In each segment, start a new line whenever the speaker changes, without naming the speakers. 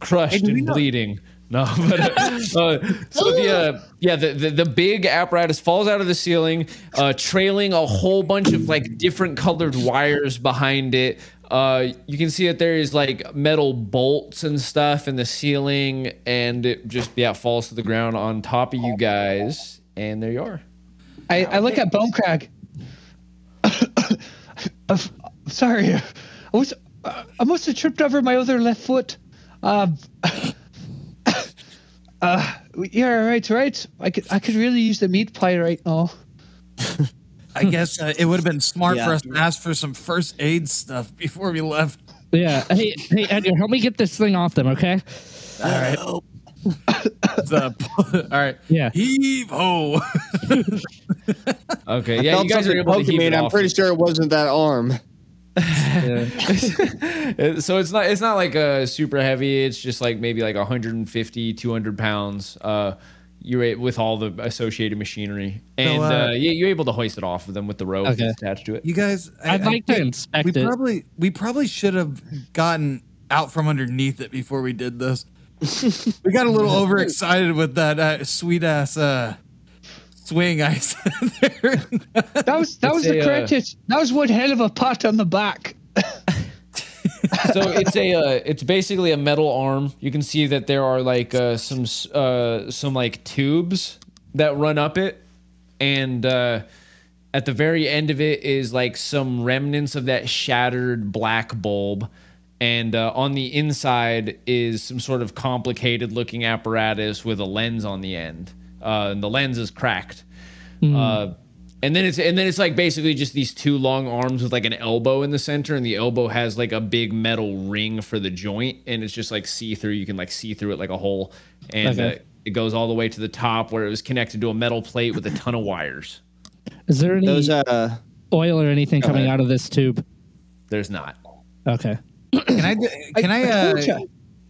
crushed and bleeding. No, but uh, uh, so the uh, yeah the, the the big apparatus falls out of the ceiling, uh, trailing a whole bunch of like different colored wires behind it. Uh, you can see that there is like metal bolts and stuff in the ceiling, and it just yeah falls to the ground on top of you guys, and there you are.
I, I look at Bonecrack. Uh, sorry, I was uh, I must have tripped over my other left foot. Um, uh, yeah, right, right. I could I could really use the meat pie right now.
I guess uh, it would have been smart
Yeah.
for us to ask for some first aid stuff before we left.
Yeah. Hey, hey, Edgar, help me get this thing off them, okay?
All right. The- E all right.
Yeah.
Heave ho.
Okay, yeah, you guys are able to heave it
Pokemon. I'm
off.
pretty sure it wasn't that arm.
Uh, so it's not it's not like uh super heavy it's just like maybe like 150 200 pounds uh you're a- with all the associated machinery and
uh,
uh, yeah, you're able to hoist it off of them with the rope
Okay.
that's attached to it
You guys,
I'd like to
think
inspect
we
it.
Probably, we probably should have gotten out from underneath it before we did this. we got a little overexcited with that uh, sweet ass uh, swing I said there.
That was that was
a,
the
uh,
correct hit. That was one hell of a pat on the back.
so it's a uh, it's basically a metal arm you can see that there are like uh some s- uh some like tubes that run up it and uh at the very end of it is like some remnants of that shattered black bulb and uh, on the inside is some sort of complicated looking apparatus with a lens on the end uh, and the lens is cracked uh, and then it's and then it's like basically just these two long arms with like an elbow in the center and the elbow has like a big metal ring for the joint and it's just like see through you can like see through it like a hole and
Okay.
uh, it goes all the way to the top where it was connected to a metal plate with a ton of wires
Is there any
Those uh,
oil or anything coming out of this tube?
There's not.
Okay.
Can I? do- Can I?
told ya.
Uh,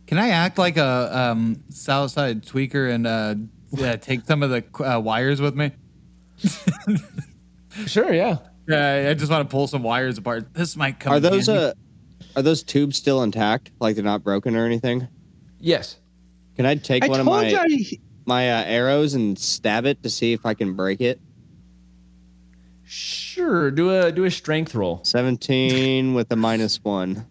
can I act like a um, Southside tweaker and uh, yeah, take some of the uh, wires with me?
Sure, yeah.
Yeah, I just want to pull some wires apart. This might come.
are those
in handy.
uh, are those tubes still intact? Like they're not broken or anything?
Yes.
Can I take
I
one
told
of my
you. I-
my uh, arrows and stab it to see if I can break it?
Sure. Do a do a strength roll.
Seventeen with a minus one.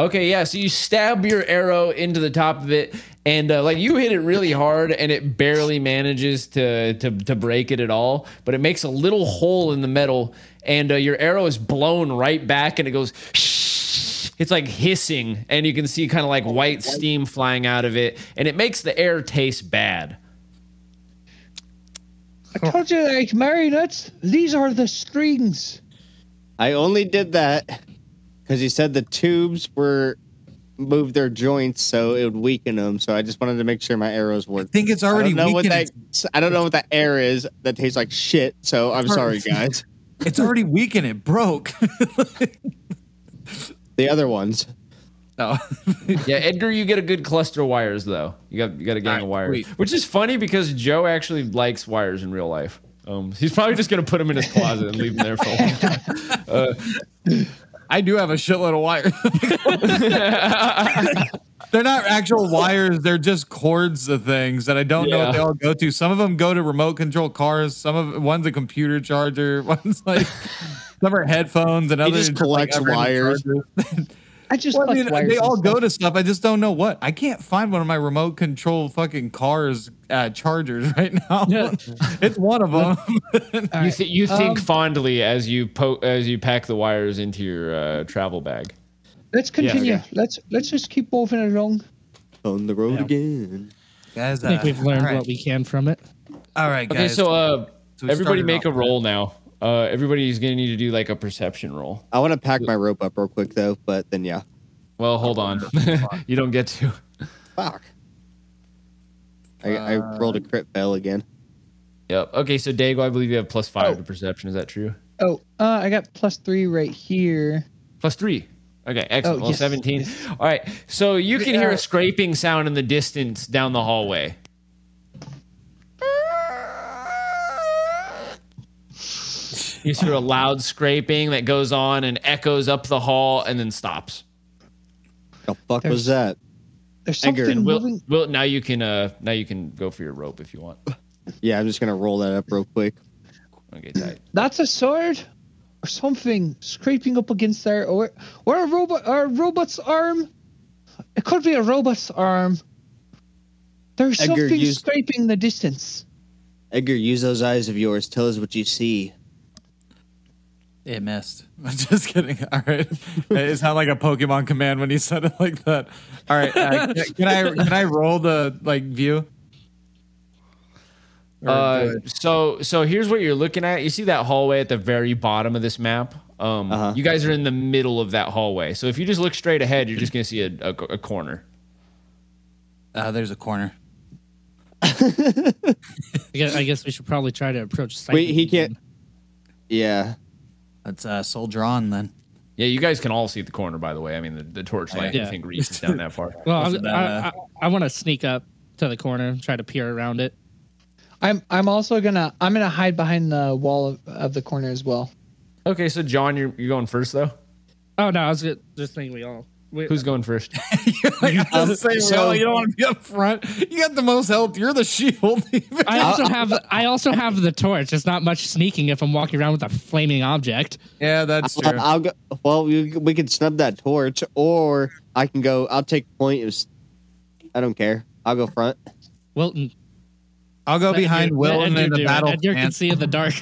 Okay, yeah. So you stab your arrow into the top of it, and uh, like you hit it really hard, and it barely manages to to to break it at all. But it makes a little hole in the metal, and uh, your arrow is blown right back, and it goes. It's like hissing, and you can see kind of like white steam flying out of it, and it makes the air taste bad.
I told you, like marionettes. These are the strings.
I only did that because he said the tubes were moved their joints, so it would weaken them. So I just wanted to make sure my arrows
I
worked.
think it's
I
already
don't know what
weakened.
that. I don't know what that air is that tastes like shit. So I'm sorry, guys.
It's already weakened. It broke.
The other ones.
oh.
Yeah, Edgar, you get a good cluster of wires though. You got you got a gang
Alright,
of wires,
sweet.
which is funny because Joe actually likes wires in real life. Um, he's probably just gonna put them in his closet and leave them there for a long time.
I do have a shitload of wires. they're not actual wires, they're just cords of things that I don't know
Yeah.
what they all go to. Some of them go to remote control cars, some of one's a computer charger, one's like some are headphones, and others
just
are, like,
collects
everything
wires.
chargers.
I just
Well, I
like
mean,
wires
they
and
all
stuff.
go to stuff. I just don't know what. I can't find one of my remote control fucking cars uh, chargers right now.
Yeah.
it's one of them.
You, th- you think
Um,
fondly as you po- as you pack the wires into your uh, travel bag.
Let's continue.
okay.
Let's let's just keep moving along.
On the road again.
guys,
I think we've learned
all right,
what we can from it.
all right,
Okay,
guys.
so uh,
So we
everybody
started
make a
off-
roll now. Uh, everybody's gonna need to do like a perception roll.
I want to pack my rope up real quick though, but then yeah.
Well, hold on, you don't get to.
Fuck. I, I rolled a crit fail again.
Yep. Okay, so Dago, I believe you have plus five to perception. Is that true?
Oh, uh, I got plus three right here.
Plus three. Okay, excellent.
Oh,
well,
yes, Uh,
17. All right, so you can hear a scraping sound in the distance down the hallway. You just hear a loud scraping that goes on and echoes up the hall and then stops.
The fuck was that?
There's
Edgar,
something
Will,
moving.
Will, now you can uh now you can go for your rope if you want.
Yeah, I'm just gonna roll that up real quick.
Okay, tight.
That's a sword or something scraping up against there. Or, or a robot or a robot's arm. It could be a robot's arm. There's
Edgar,
something
use-
scraping the distance.
Edgar, use those eyes of yours. Tell us what you see.
It missed. I'm just kidding. All right, it's not like a Pokemon command when you said it like that. All right, uh, can, can I can I roll the like view? Or
Uh,
do I-
so so here's what you're looking at. You see that hallway at the very bottom of this map. Um,
Uh-huh.
you guys are in the middle of that hallway. So if you just look straight ahead, you're just gonna see a, a, a corner.
uh, there's a corner.
I guess, I guess we should probably try to approach. Psyche
Wait, he
again.
can't. Yeah,
Let's uh, soldier on then.
Yeah, you guys can all see the corner. By the way, I mean the, the torchlight.
Oh, Yeah.
I think reaches down that far.
Well,
Wasn't
I,
that,
I, I, I want to sneak up to the corner, try to peer around it.
I'm I'm also gonna I'm gonna hide behind the wall of, of the corner as well.
Okay, so John, you're you're going first though.
Oh no, I was just, just thinking we all. We,
Who's going first?
you, say,
so-
"Well, you don't want to be up front. You got the most health. You're the shield.
I also have I also have the torch. It's not much sneaking if I'm walking around with a flaming object.
yeah, that's
I'll,
true.
I'll go. Well, we, we can snub that torch, or I can go. I'll take point. Of, s- I don't care. I'll go front.
Wilton,
I'll go
let
behind
Edgar-
Will
let
and
Edgar
in
do
a
it.
battle
Edgar can
stance.
see in the dark.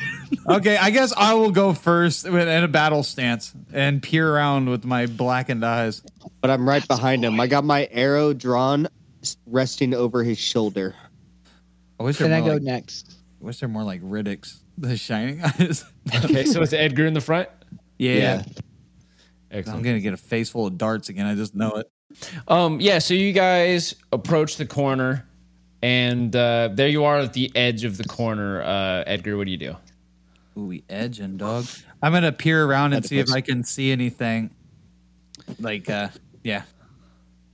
Okay, I guess I will go first in a battle stance and peer around with my blackened eyes.
But I'm right behind him. I got my arrow drawn, s- resting over his shoulder.
I wish there
Then
were
I go
more, like,
next.
I wish there were more like Riddick's The Shining Eyes.
Okay, so it's Edgar in the front.
yeah. I'm
Excellent.
gonna get a face full of darts again. I just know it.
Um, yeah, so you guys approach the corner, and uh, there you are at the edge of the corner. Uh, Edgar, what do you do?
Ooh, we edging, dog. I'm gonna peer around and see if I can see anything. Like, uh, yeah,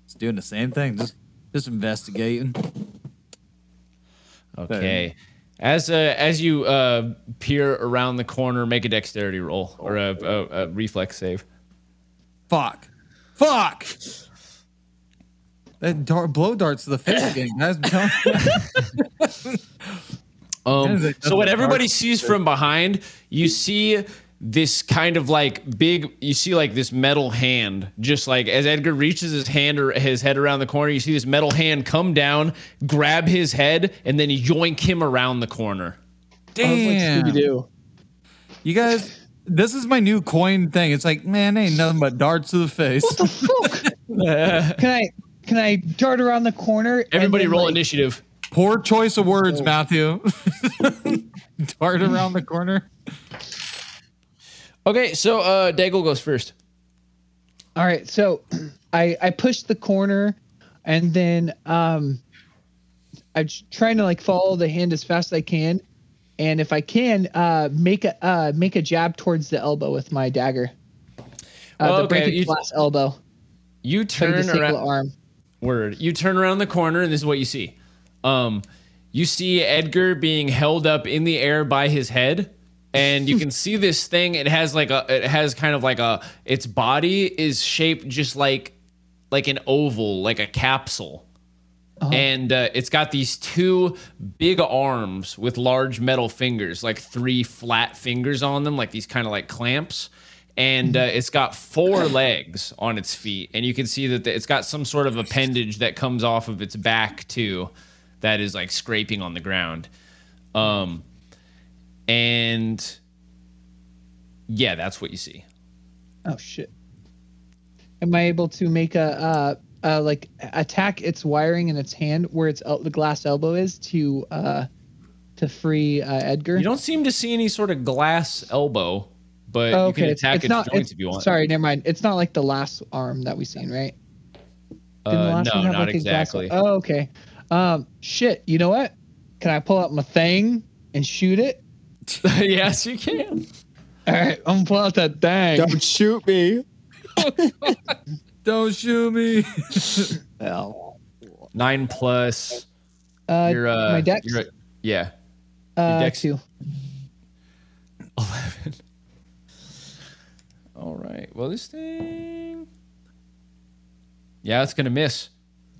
it's doing the same thing. Just, just investigating.
Okay. As uh, as you uh, peer around the corner, make a dexterity roll or a, a, a reflex save.
Fuck, fuck. That dart, blow darts to the face again, guys. I'm telling you.
Um, so what
Dark-
everybody sees from behind, you see this kind of like big. You see like this metal hand, just like as Edgar reaches his hand or his head around the corner, you see this metal hand come down, grab his head, and then yoink him around the corner.
Damn.
Scooby Doo.
You guys, this is my new coin thing. It's like, man, ain't nothing but darts to the face.
Oh, Can I can I dart around the corner? and
Everybody,
then,
roll
like,
initiative.
Poor choice of words,
Oh.
Matthew. Dart around the corner.
Okay, so uh, Daigle goes first.
All right, so I I push the corner, and then um, I'm j- trying to like follow the hand as fast as I can, and if I can, uh, make a uh, make a jab towards the elbow with my dagger. Uh,
Well,
the
Oh, okay,
breaking
you-
glass elbow,
You
like the
turn
single
around.
arm.
Word. You turn around the corner, and this is what you see. Um, you see Edgar being held up in the air by his head, and you can see this thing. It has like a. It has kind of like a. Its body is shaped just like, like an oval, like a capsule, and uh, it's got these two big arms with large metal fingers, like three flat fingers on them, like these kind of like clamps and uh, it's got four legs on its feet, and you can see that the, it's got some sort of appendage that comes off of its back too, that is like scraping on the ground, um, and yeah, that's what you see.
Oh shit! Am I able to make a uh, uh like attack its wiring in its hand where its el- the glass elbow is to uh to free uh, Edgar?
You don't seem to see any sort of glass elbow, but you can attack its, joints if you want.
Sorry, never mind. It's not like the last arm that we seen, right? Didn't the
uh,
last
no,
one have,
not
like, a glass-
exactly.
Oh, okay. Um, shit. You know what? Can I pull out my thing and shoot it?
yes, you can.
All right, I'm gonna pull out that thing.
Don't shoot me.
Don't shoot me.
Well,
Nine plus
Uh,
your uh,
my dex.
your- yeah,
uh,
dex.
two.
All right. Well, this thing. Yeah, it's gonna miss.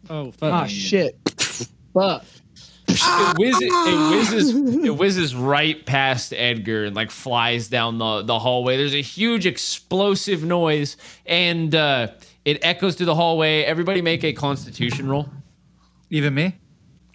Oh, fuck.
Ah, shit. Fuck.
It whizzes, it whizzes, it whizzes right past Edgar and like flies down the, the hallway. There's a huge explosive noise and uh, it echoes through the hallway. Everybody make a constitution roll.
Even me.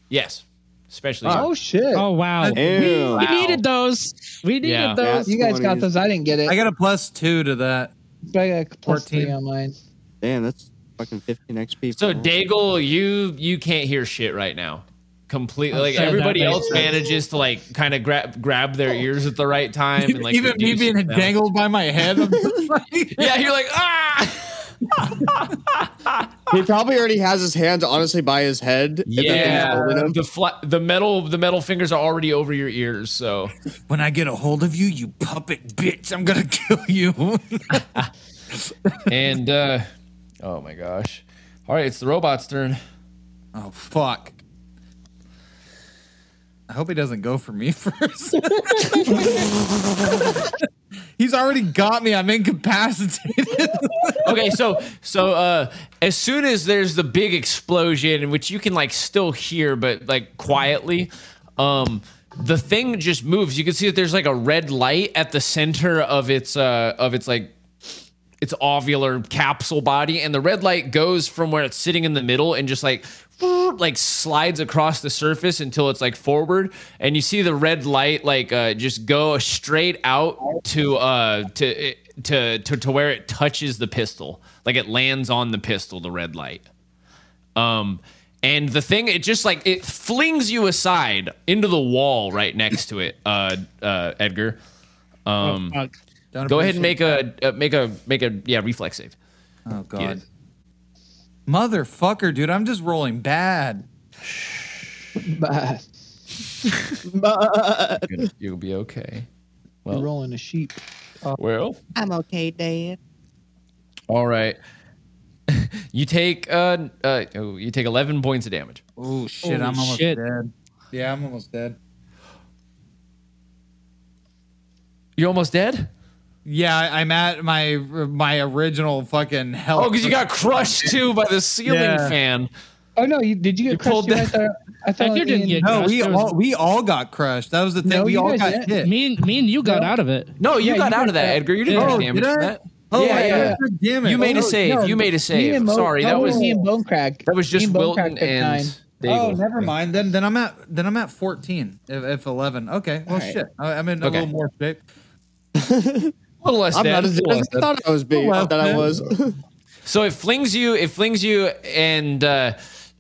Yes, especially.
Oh, shit.
oh wow.
Ew.
We
Wow.
needed those. We needed
Yeah.
those.
you guys got
20s.
those. I didn't get it.
I got a plus two to that.
but I got a plus
14.
three on mine.
Damn, that's fucking 15 XP.
so
for that.
Daigle, you you can't hear shit right now. Completely,
I'm
like
sure that
everybody
makes
else
sense.
manages to like kind of grab grab their ears at the right time and like
Even me
reduce
being
them.
dangled by my head. I'm just like,
Yeah, you're like ah.
He probably already has his hands honestly by his head. if that thing's
Yeah,
holding him.
the fla- the metal the metal fingers are already over your ears. So
when I get a hold of you, you puppet bitch, I'm gonna kill you.
and uh, oh my gosh! All right, it's the robot's turn.
oh fuck. I hope he doesn't go for me first. He's already got me. I'm incapacitated.
Okay, so so uh, as soon as there's the big explosion, which you can like still hear, but like quietly, um, the thing just moves. You can see that there's like a red light at the center of its uh of its like its ovular capsule body, and the red light goes from where it's sitting in the middle and just like like slides across the surface until it's like forward, and you see the red light like uh, just go straight out to uh to to to to where it touches the pistol, like it lands on the pistol, the red light. Um, and the thing, it just like it flings you aside into the wall right next to it, uh, uh, Edgar. Um,
Fuck.
Don't
go ahead
appreciate
and make a uh, make a make a yeah reflex save.
Oh god.
it.
Motherfucker, dude, I'm just rolling bad.
Bah,
You'll- You'll be okay.
you're rolling a sheep.
Well,
I'm okay, Dad.
all right. you take uh, uh oh, you take eleven points of damage.
Oh shit,
Holy
I'm almost
shit.
dead. Yeah, I'm almost dead.
You're almost dead.
Yeah, I, I'm at my my original fucking health.
Oh, because you got crushed too by the ceiling
Yeah.
fan.
Oh, no. You, did you get
You
crushed?
pulled
too? I
that-
thought, I thought
Edgar
Ian-
didn't get-
No, we
There was-
all we all got crushed. That was the thing.
No,
we
you
all
guys
got
didn't.
hit.
Me and me and you got out of it.
No, you got
Yeah, you
out
got
of that,
that.
Edgar. You didn't
Yeah.
take
Oh,
damage
did I?
from that.
Oh,
yeah,
I
yeah.
got crushed, Damn it.
You made a save.
no,
you made a
Oh, Me
save.
and Mo-
Sorry,
no,
that
it
was
me and Bonecrack.
that was
Me
just
and Bonecrack
Wilton
took nine.
and
Oh,
Daigle.
never mind. Then then I'm at then I'm at 14. If, if 11. Okay. Well,
Alright.
shit. I, I'm in a
Okay.
little more shape.
A little less
I'm
dead.
not as
A
dead
little
as
less
I
dead.
thought I was being. I
Well,
thought I
then.
was.
So it flings you, it flings you, and uh,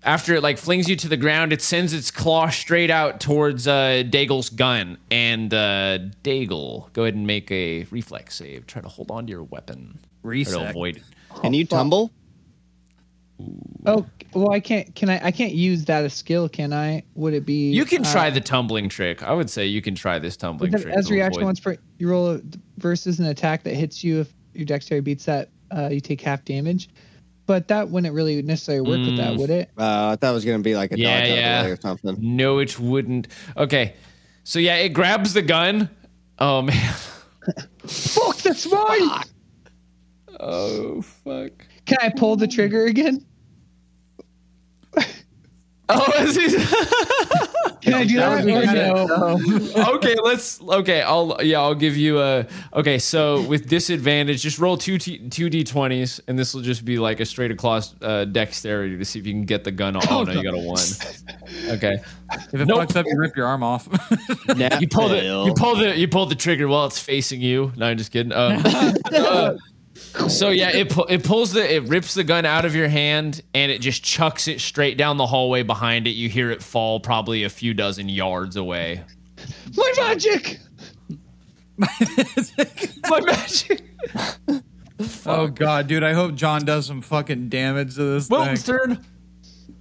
after it like flings you to the ground, it sends its claw straight out towards uh, Daigle's gun. And uh, Daigle, go ahead and make a reflex save. Try to hold on to your weapon. Try to
Reset.
avoid.
Can you tumble?
Oh, well, I can't. Can I? I can't use that as skill, can I? Would it be?
You can
uh,
try the tumbling trick. I would say you can try this tumbling
Because
trick.
as
to
reaction
avoid-
once per you roll a, versus an attack that hits you if your dexterity beats that uh, you take half damage but that wouldn't really necessarily work with
Mm.
that would it
Uh, I thought it was gonna be like a
Yeah,
dodge out of the
yeah.
way or something.
No, it wouldn't. Okay. So yeah, it grabs the gun. Oh man.
fuck that's mine
Oh fuck.
can i pull the trigger again
Oh, is he-
can i do
That
that,
was
or
good.
no
okay. Let's. Okay, I'll. Yeah, I'll give you a. Okay, so with disadvantage, just roll two t- two d twenties, and this will just be like a straight across uh, dexterity to see if you can get the gun. Oh no, you got a one. Okay,
If it
Nope.
fucks up, you rip your arm off.
Yeah,
you pulled it. You pulled the you pulled the trigger while it's facing you. No, I'm just kidding. Um, uh, so yeah, it pu- it pulls the it rips the gun out of your hand and it just chucks it straight down the hallway behind it. You hear it fall probably a few dozen yards away.
my magic
My magic.
oh god, dude. I hope John does some fucking damage to this
Wilton's
thing.
turn.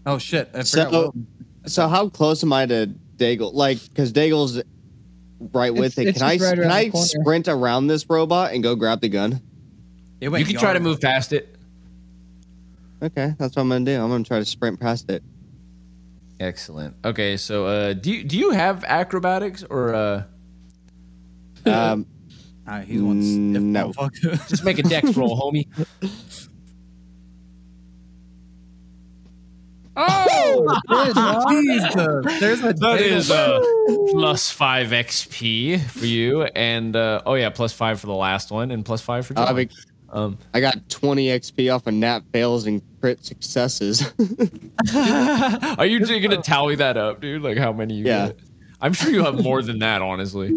Oh shit. I forgot.
So,
Wilton.
so how close am I to Daigle? Like, because Daigle's right
It's-
with it.
it's
Can I
just right
can
around
I
the corner.
sprint around this robot and go grab the gun?
It went
You can try to
yard.
move past it.
Okay, that's what I'm gonna do. I'm gonna try to sprint past it.
Excellent. Okay, so uh, do you, do you have acrobatics or uh,
Um,
Ah, he's one
Mm,
stiff
No.
motherfucker.
just make a dex roll, homie?
Oh,
Jesus. There's a
That
big
is uh, plus five XP for you, and uh, oh yeah, plus five for the last one, and plus five for
I,
John.
mean,
um,
I got 20 XP off of nat fails and crit successes.
are you just gonna tally that up, dude? Like how many? You
Yeah.
get? I'm sure you have more than that, honestly.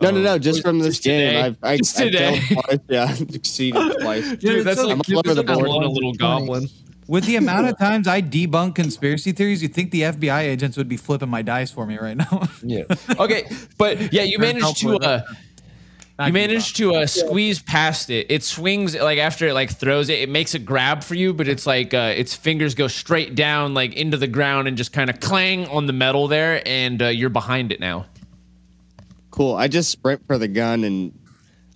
no, no,
Um,
no. Just from this
just today.
game, I've, I,
Just
I
today.
failed twice. Yeah, succeeded twice.
Dude, that's
it's
like
I'm all over
that's
the
like
board.
one a little goblin.
With the amount of times I debunk conspiracy theories, you'd think the FBI agents would be flipping my dice for me right now.
Yeah. Okay, but yeah, you
Very
managed to.
helpful.
Uh,
I
you
can
manage to uh, squeeze past it. It swings like after it like throws it. It makes a grab for you, but it's like uh, its fingers go straight down like into the ground and just kind of clang on the metal there, and uh, you're behind it now.
Cool. I just sprint for the gun and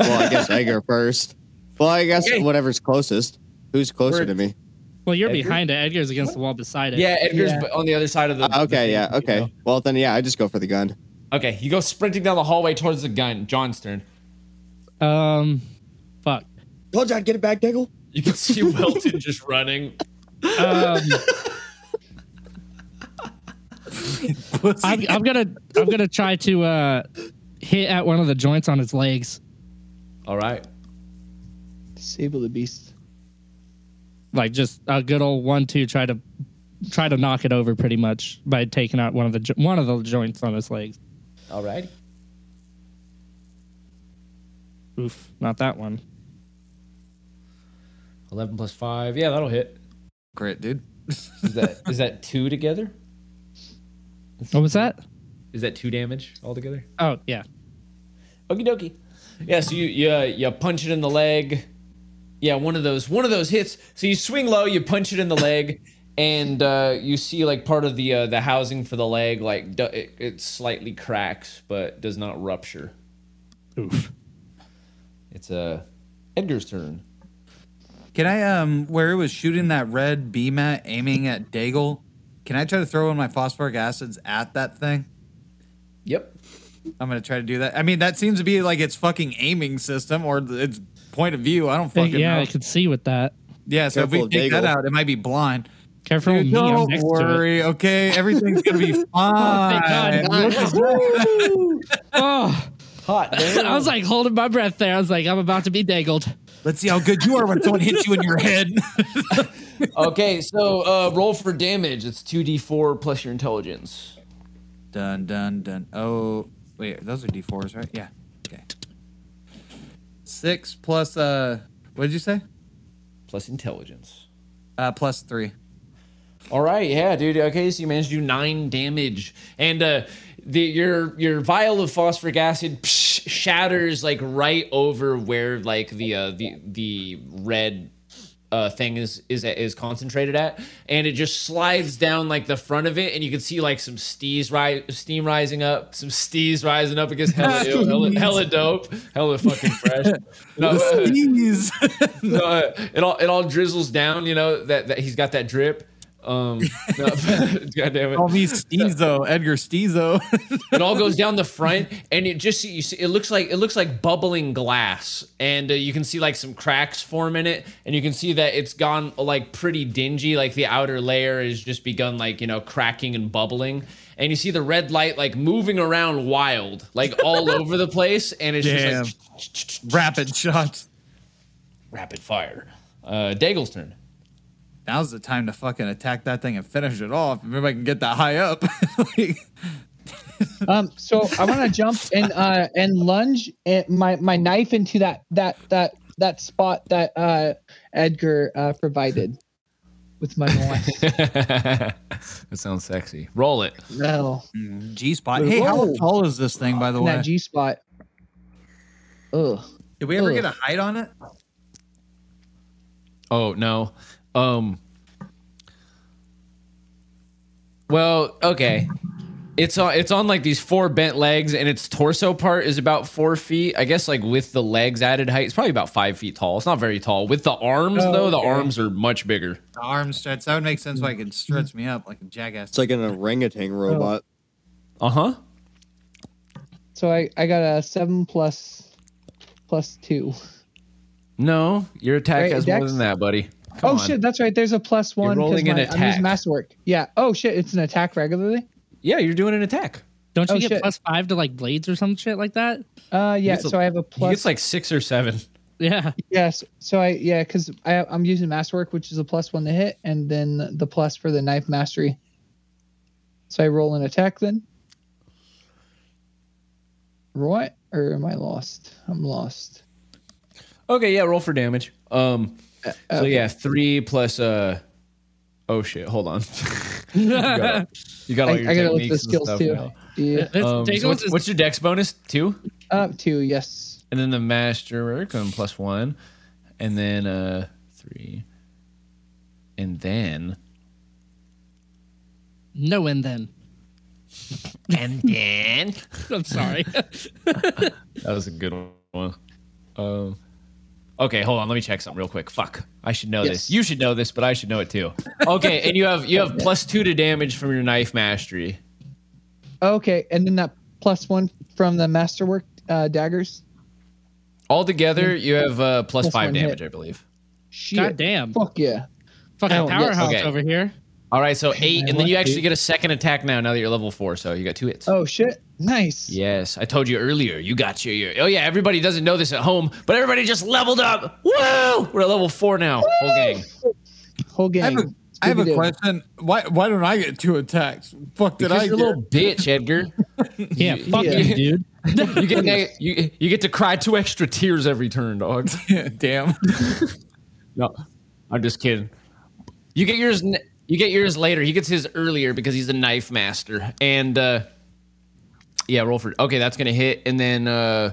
well, I guess Edgar first. Well, I guess
Okay.
whatever's closest. Who's closer
Word.
to me?
well, you're
Edgar?
behind it. Edgar's against the wall beside it.
Yeah, Edgar's
Yeah.
on the other side of the.
Uh,
the thing,
okay, yeah,
you
okay.
know.
Well, then yeah, I just go for the gun.
Okay, you go sprinting down the hallway towards the gun. John's turn.
Um, fuck.
Told you I'd get it back, Diggle.
You can see Welton just running.
Um,
Pussy.
I'm, I'm gonna I'm gonna try to uh, hit at one of the joints on his legs,
All right.
Disable the beast.
like just a good old one-two. Try to try to knock it over pretty much by taking out one of the jo- one of the joints on his legs.
All right.
Oof, not that one.
11 plus 5. Yeah, that'll hit.
Crit, dude.
Is that is that 2 together?
What was that?
Is that 2 damage altogether?
Oh yeah.
Okie dokie. Yeah, so you you, uh, you punch it in the leg. Yeah, one of those one of those hits. So you swing low, you punch it in the leg, and uh, you see like part of the uh, the housing for the leg like du- it, it slightly cracks, but does not rupture.
Oof.
It's uh, Edgar's turn.
Can I um where it was shooting that red beam at aiming at Daigle? Can I try to throw one of my phosphoric acids at that thing?
Yep.
I'm gonna try to do that. I mean, that seems to be like its fucking aiming system or th- its point of view. I don't fucking
yeah,
know.
I could see with that.
Yeah, so if we
Careful of
take that
Daigle.
out, it might be blind.
Careful, with
Dude,
me. I'm
don't
next to it.
worry, okay? Everything's gonna be fine.
Oh,
Hot. damn.
I was like holding my breath there. I was like, I'm about to be dangled.
Let's see how good you are when someone hits you in your head.
okay, so uh, roll for damage. It's two d four plus your intelligence.
dun dun dun. Oh wait, those are D4s, right? Yeah. Okay. Six plus uh what did you say?
Plus intelligence.
Uh plus three.
All right, yeah, dude. Okay, so you managed to do nine damage, and uh, the your your vial of phosphoric acid psh, shatters like right over where like the uh, the the red uh, thing is is is concentrated at, and it just slides down like the front of it, and you can see like some stees ri- steam rising up, some stees rising up against hella ill, hella, hella dope, hella fucking fresh. No,
Oh,
uh,
Sneeze.
no, uh, it all it all drizzles down. You know that, that he's got that drip. Um, no, God damn it!
Call me Steezo, Edgar Steezo.
It all goes down the front, and it just you see it looks like it looks like bubbling glass, and uh, you can see like some cracks form in it, and you can see that it's gone like pretty dingy. Like the outer layer has just begun like you know cracking and bubbling, and you see the red light like moving around wild, like all over the place, and it's just like
Rapid shots.
rapid fire. Uh, Daigle's turn.
Now's the time to fucking attack that thing and finish it off. If I can get that high up. Like,
Um, so I want to jump and uh and lunge and my my knife into that that that that spot that uh Edgar uh provided with my knife.
that sounds sexy. Roll it.
well,
G spot. Hey, how
Whoa.
tall is this thing, by the way?
that G spot. Ugh.
Did we ever
Ugh.
get a height on it?
Oh no. Um. Well, okay. It's on. It's on like these four bent legs, and its torso part is about four feet. I guess like with the legs added height, it's probably about five feet tall. It's not very tall. With the arms
Oh,
though, the
okay.
arms are much bigger.
The arm stretch. That would make sense why it could stretch me up like a jackass.
It's like an
Oh,
orangutan robot.
Uh huh.
So I I got a seven plus plus two.
No, your attack
Right,
has more
Dex?
than that, buddy. Come
oh
on.
shit, that's right. There's a plus one. 'cause
rolling an
my- I'm
attack.
using masterwork. Yeah. Oh shit, it's an attack regularly.
Yeah, you're doing an attack.
Don't you
Oh,
get
shit.
plus five to like blades or some shit like that?
Uh, yeah.
gets a-
So I have a
He
plus.
gets like six or seven.
Yeah.
yes. So I yeah, because I'm using masterwork, which is a plus one to hit, and then the plus for the knife mastery. So I roll an attack then. Roy, or am I lost? I'm lost.
Okay, yeah, roll for damage. Um,
Uh,
so yeah, three plus uh, oh shit, hold on. you, got, you got all
I,
your
I gotta look at
techniques
the
and
skills
stuff
too.
now.
Yeah.
This
Um, so
Dagos
what's,
is-
what's your dex bonus? Two,
Up to yes.
and then the masterwork on plus one, and then uh three, and then
no and then.
and then
I'm sorry.
that was a good one. Um, okay, hold on, let me check something real quick. Fuck, I should know this.
Yes.
You should know this, but I should know it too. Okay, and you have you have plus two to damage from your knife mastery.
Okay, and then that plus one from the masterwork uh, daggers.
Altogether, you have uh, plus,
Plus
plus five
one hit.
damage, I believe.
Shit.
God damn.
Fuck yeah.
Fucking
Oh, yes.
powerhouse
Okay.
over here.
All right, so eight, and then
what,
you actually
dude?
get a second attack now. Now that you're level four, so you got two hits.
Oh shit. Nice.
Yes, I told you earlier. You got your, your. Oh yeah, everybody doesn't know this at home, but everybody just leveled up. Woo! We're at level four now. Whole gang.
Whole
I have
game.
a, I have a question. Why why don't I get two attacks? Fuck did
Because
I
you're
get?
a little bitch, Edgar.
Yeah, fuck
yeah.
you, dude.
You get neg- you, you get to cry two extra tears every turn, dog.
Damn.
No, I'm just kidding. You get yours. n- You get yours later. He gets his earlier because he's a knife master. And uh, yeah, roll for. Okay, that's gonna hit, and then uh,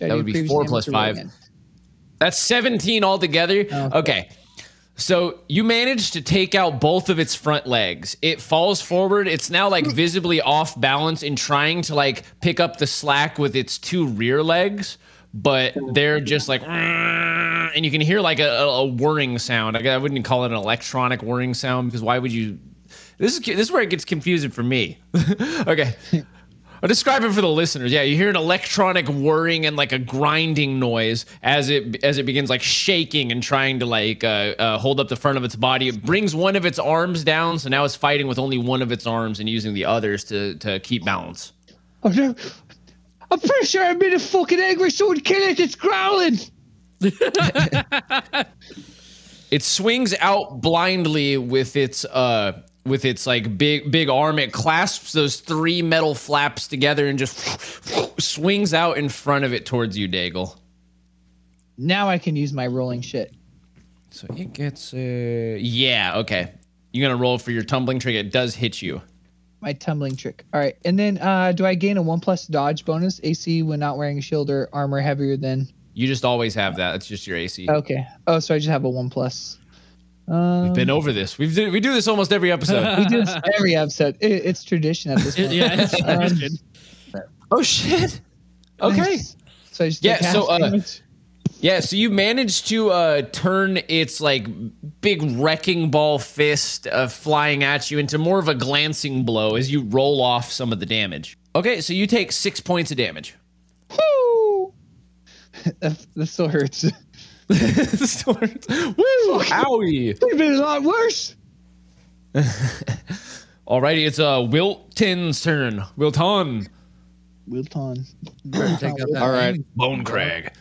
that would be four plus five. that's 17 altogether. okay. So you manage to take out both of its front legs. It falls forward. It's now like visibly off balance and trying to like pick up the slack with its two rear legs, but they're just like, "Rrrr," and you can hear like a, a, a whirring sound. I I wouldn't call it an electronic whirring sound because why would you? This is this is where it gets confusing for me. okay. I'll describe it for the listeners. Yeah, you hear an electronic whirring and like a grinding noise as it as it begins like shaking and trying to like uh, uh, hold up the front of its body. It brings one of its arms down, so now it's fighting with only one of its arms and using the others to to keep balance.
Oh no. I'm pretty sure I made a fucking angry sword kill it. It's growling.
It swings out blindly with its uh with its like big big arm. It clasps those three metal flaps together and just swings out in front of it towards you, Daigle.
Now I can use my rolling shit.
So it gets a yeah. Okay, you're gonna roll for your tumbling trick. It does hit you.
My tumbling trick. All right. And then uh, do I gain a one plus dodge bonus AC when not wearing a shield or armor heavier than?
You just always have that. It's just your AC.
Okay. Oh, so I just have a one plus.
We've been over this. We've do, we do this almost every episode.
We do this every episode. It, it's tradition at this point.
Yeah. it's- it's
Um,
good.
oh shit. Okay.
Nice. So I just
Yeah,
take half
so, uh,
damage.
Yeah. So you managed to uh, turn its like big wrecking ball fist uh, flying at you into more of a glancing blow as you roll off some of the damage. Okay. So you take six points of damage.
Woo! that, that still hurts. Could
This hurts. Woo! Owie.
have been a lot worse.
Alrighty, it's uh Wilton's turn. Wilton.
Wilton.
Take out that
All right.
thing.
Bone Crag.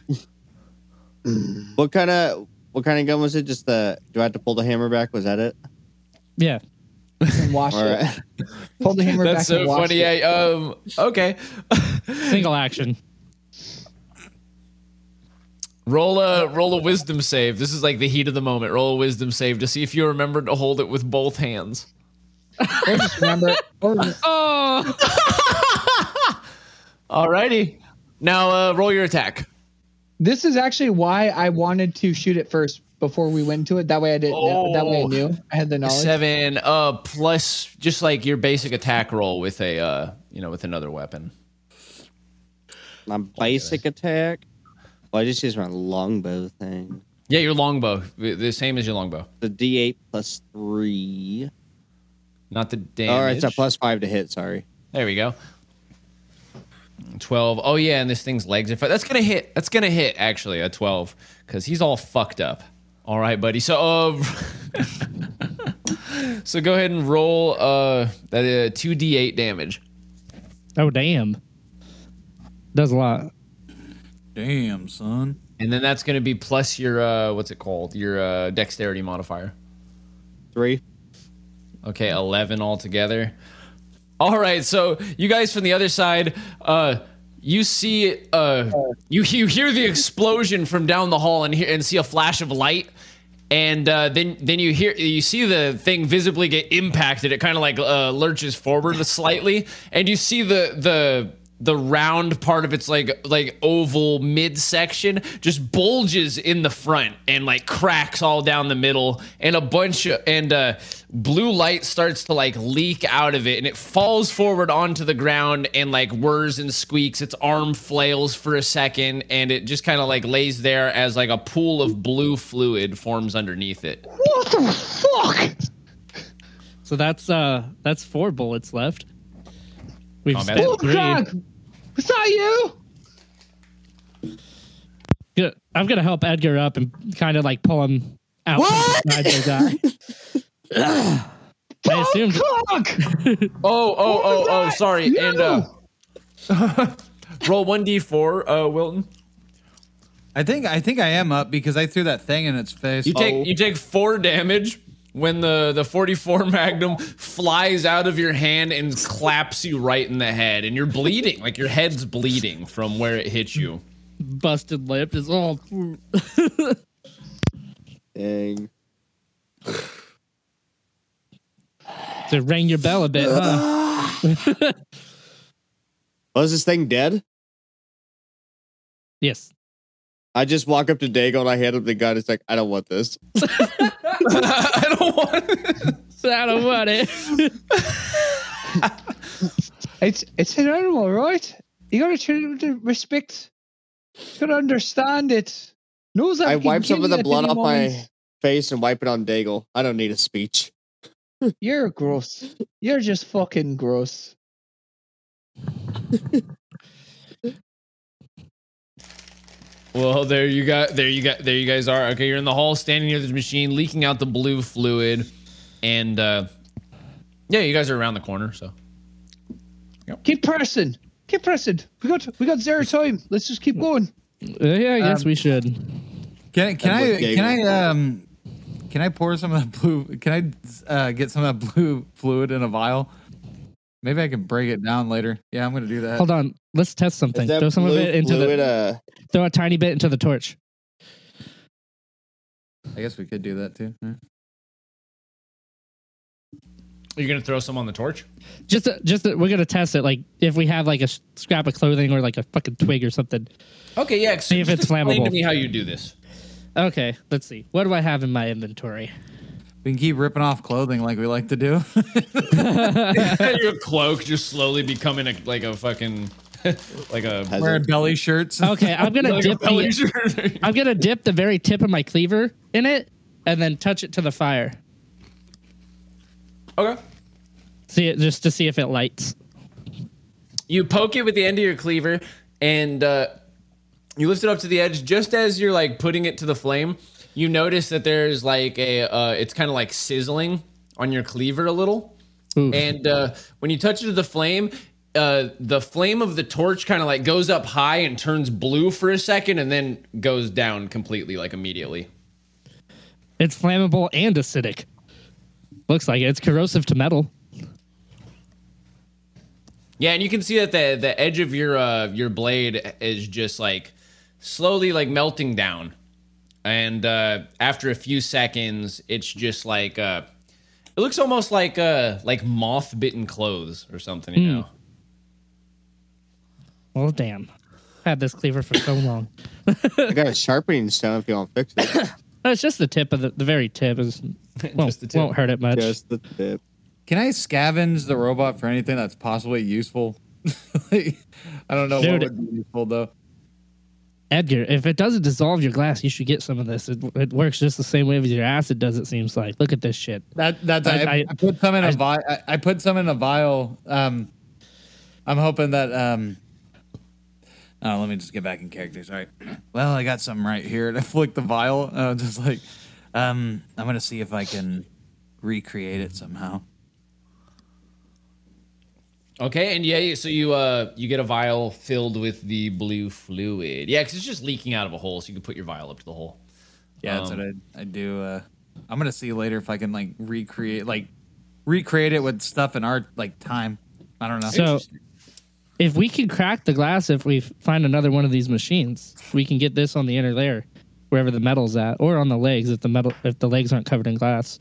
What kind of what kind of gun was it? Just the do I have to pull the hammer back? Was that it?
Yeah.
And wash
All
it.
right.
Pull the hammer back
That's so
and wash
funny.
it.
I, um, okay.
Single action.
Roll a roll a wisdom save. This is like the heat of the moment. Roll a wisdom save to see if you remember to hold it with both hands.
Or just remember. Or,
Oh,
Alrighty. Now uh, roll your attack.
this is actually why I wanted to shoot it first before we went to it. That way I didn't. know- That way I
Oh.
knew. I had the knowledge.
Seven uh plus just like your basic attack roll with a uh you know with another weapon.
My basic attack. Well, I just used my longbow thing.
Yeah, your longbow. The same as your longbow.
The D8 plus three.
Not the damage.
All right, it's a plus five to hit. Sorry.
There we go. 12. Oh, yeah, and this thing's legs are. Fu- That's going to hit. That's going to hit, actually, a 12, because he's all fucked up. All right, buddy. So, uh, so go ahead and roll uh that two d eight damage.
Oh damn. Does a lot.
Damn, son.
And then that's going to be plus your uh, what's it called? Your uh, dexterity modifier.
Three.
Okay, eleven altogether. All right, so you guys from the other side, uh, you see, uh, you you hear the explosion from down the hall and hear, and see a flash of light, and uh, then then you hear you see the thing visibly get impacted. It kind of like uh, lurches forward slightly, and you see the the the round part of its like like oval midsection just bulges in the front and like cracks all down the middle and a bunch of and uh blue light starts to like leak out of it and it falls forward onto the ground and like whirs and squeaks its arm flails for a second and it just kind of like lays there as like a pool of blue fluid forms underneath it Oh,
What the fuck?
So that's uh that's four bullets left. We've
Combat.
spent
Oh
three.
god! Was that you?
Good. I'm gonna help Edgar up and kind of like pull him out. What? The side of the guy. I assumed
Cock!
oh oh oh
was
oh
that?
sorry
No!
and uh roll 1d4 uh wilton
I think I think I am up because I threw that thing in its face.
You take
Oh.
you take four damage when the the 44 magnum flies out of your hand and claps you right in the head, and you're bleeding. Like your head's bleeding from where it hit you.
busted lip is all.
Dang.
to ring your bell a bit,
Uh.
huh?
Was this thing dead?
Yes.
I just walk up to Dago and I hand him the gun. It's like, I don't want this.
I don't want.
I don't want it.
It's it's an animal, right? You gotta try to respect. You gotta understand it. Knows that
I
can
wipe some
kill
of the
you at
blood
any
off my
moment.
face and wipe it on Daigle. I don't need a speech.
You're gross. You're just fucking gross.
Well, there you got there you got there you guys are. Okay, you're in the hall, standing near this machine, leaking out the blue fluid, and uh, yeah, you guys are around the corner. So
Keep pressing. Keep pressing. We got we got zero time. Let's just keep going.
Uh, yeah, I guess
Um,
we should.
Can can
I'm
I
with Dago.
can I um can I pour some of that blue? Can I uh, get some of that blue fluid in a vial? Maybe I can break it down later. Yeah, I'm gonna do that.
Hold on. Let's test something.
Is that
Throw some of
blue
it into
fluid,
the.
uh,
Throw a tiny bit into the torch.
I guess we could do that too. Yeah.
you're gonna throw some on the torch.
Just, a, just a, we're gonna test it. Like if we have like a s- scrap of clothing or like a fucking twig or something.
Okay, yeah.
See if
just
it's
explain to
flammable.
me how you do this.
Okay, let's see. What do I have in my inventory?
We can keep ripping off clothing like we like to do.
Your cloak just slowly becoming a, like a fucking like a
has
Wearing
it.
belly shirts.
Okay, I'm gonna
like a
dip
belly
the,
shirt.
I'm gonna dip the very tip of my cleaver in it and then touch it to the fire.
okay.
See it just to see if it lights.
You poke it with the end of your cleaver, and uh, you lift it up to the edge. Just as you're like putting it to the flame, you notice that there's like a uh, it's kind of like sizzling on your cleaver a little.
Ooh.
And uh, when you touch it to the flame, uh, the flame of the torch kind of like goes up high and turns blue for a second, and then goes down completely, like immediately.
It's flammable and acidic. Looks like it. it's corrosive to metal.
Yeah, and you can see that the the edge of your uh, your blade is just like slowly like melting down, and uh, after a few seconds, it's just like uh, it looks almost like uh, like moth bitten clothes or something, you
Hmm.
know.
Well, damn. Had this cleaver for so long.
I got a sharpening stone if you want to fix it.
No, it's just the tip of the, the very tip is won't,
Just the tip.
won't hurt it much.
Just the tip.
Can I scavenge the robot for anything that's possibly useful? Like, I don't know
Dude.
what would be useful though.
Edgar, if it doesn't dissolve your glass, you should get some of this. It, it works just the same way as your acid does. It seems like. Look at this shit.
That that's I,
I-
I,
I-
put some in a
I-
vial. I, I put some in a vial. Um, I'm hoping that um. Oh, let me just get back in character. Sorry. Well, I got something right here, and I flick the vial. And I'm just like, Um, I'm gonna see if I can recreate it somehow.
Okay, and yeah, so you uh you get a vial filled with the blue fluid. Yeah, because it's just leaking out of a hole, so you can put your vial up to the hole.
Yeah, that's
Um,
what I, I do. Uh, I'm gonna see later if I can like recreate, like recreate it with stuff in our like time. I don't know.
So, if we can crack the glass, if we find another one of these machines, we can get this on the inner layer, wherever the metal's at, or on the legs if the metal if the legs aren't covered in glass.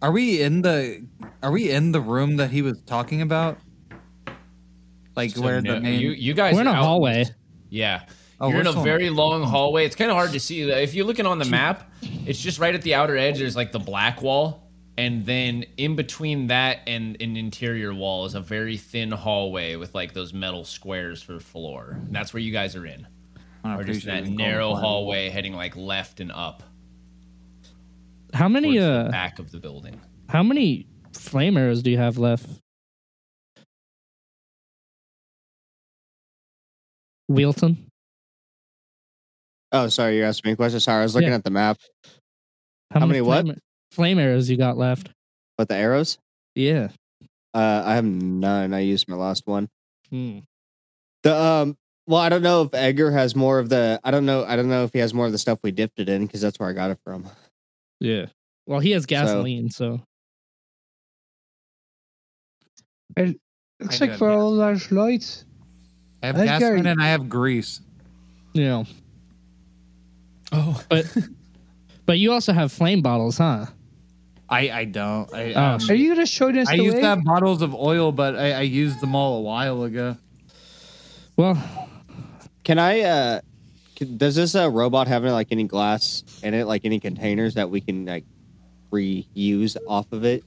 are we in the are we in the room that he was talking about? Like
So
where
no-
the main
you you guys
We're in
are
a
out-
hallway.
Yeah.
Oh,
You're
we're
in a
still in-
very long hallway. It's kind of hard to see. If you're looking on the map, it's just right at the outer edge. There's like the black wall. And then in between that and an interior wall is a very thin hallway with like those metal squares for floor. And that's where you guys are in.
I
Or just
appreciate
that
you calling
narrow
it.
hallway heading like left and up
How
towards
many
the
uh
back of the building.
how many flame arrows do you have left? Wheelton?
Oh, sorry, you're asking me a question. Sorry, I was looking
Yeah.
at the map. How many what?
flame, Flame arrows you got left?
But the arrows,
Yeah.
uh, I have none. I used my last one.
Hmm.
The um, well, I don't know if Edgar has more of the. I don't know. I don't know if he has more of the stuff we dipped it in because that's where I got it from.
Yeah. Well, he has gasoline, so
Looks
I
like
do
for
have
all those lights.
I have
Okay.
gasoline and I have grease.
yeah.
Oh.
But but you also have flame bottles, huh?
I I don't. I,
Oh,
um,
Are you gonna show us
I
the
used
way?
to have bottles of oil, but I, I used them all a while ago.
Well,
Can I? uh can, Does this uh, robot have like any glass in it, like any containers that we can like reuse off of it?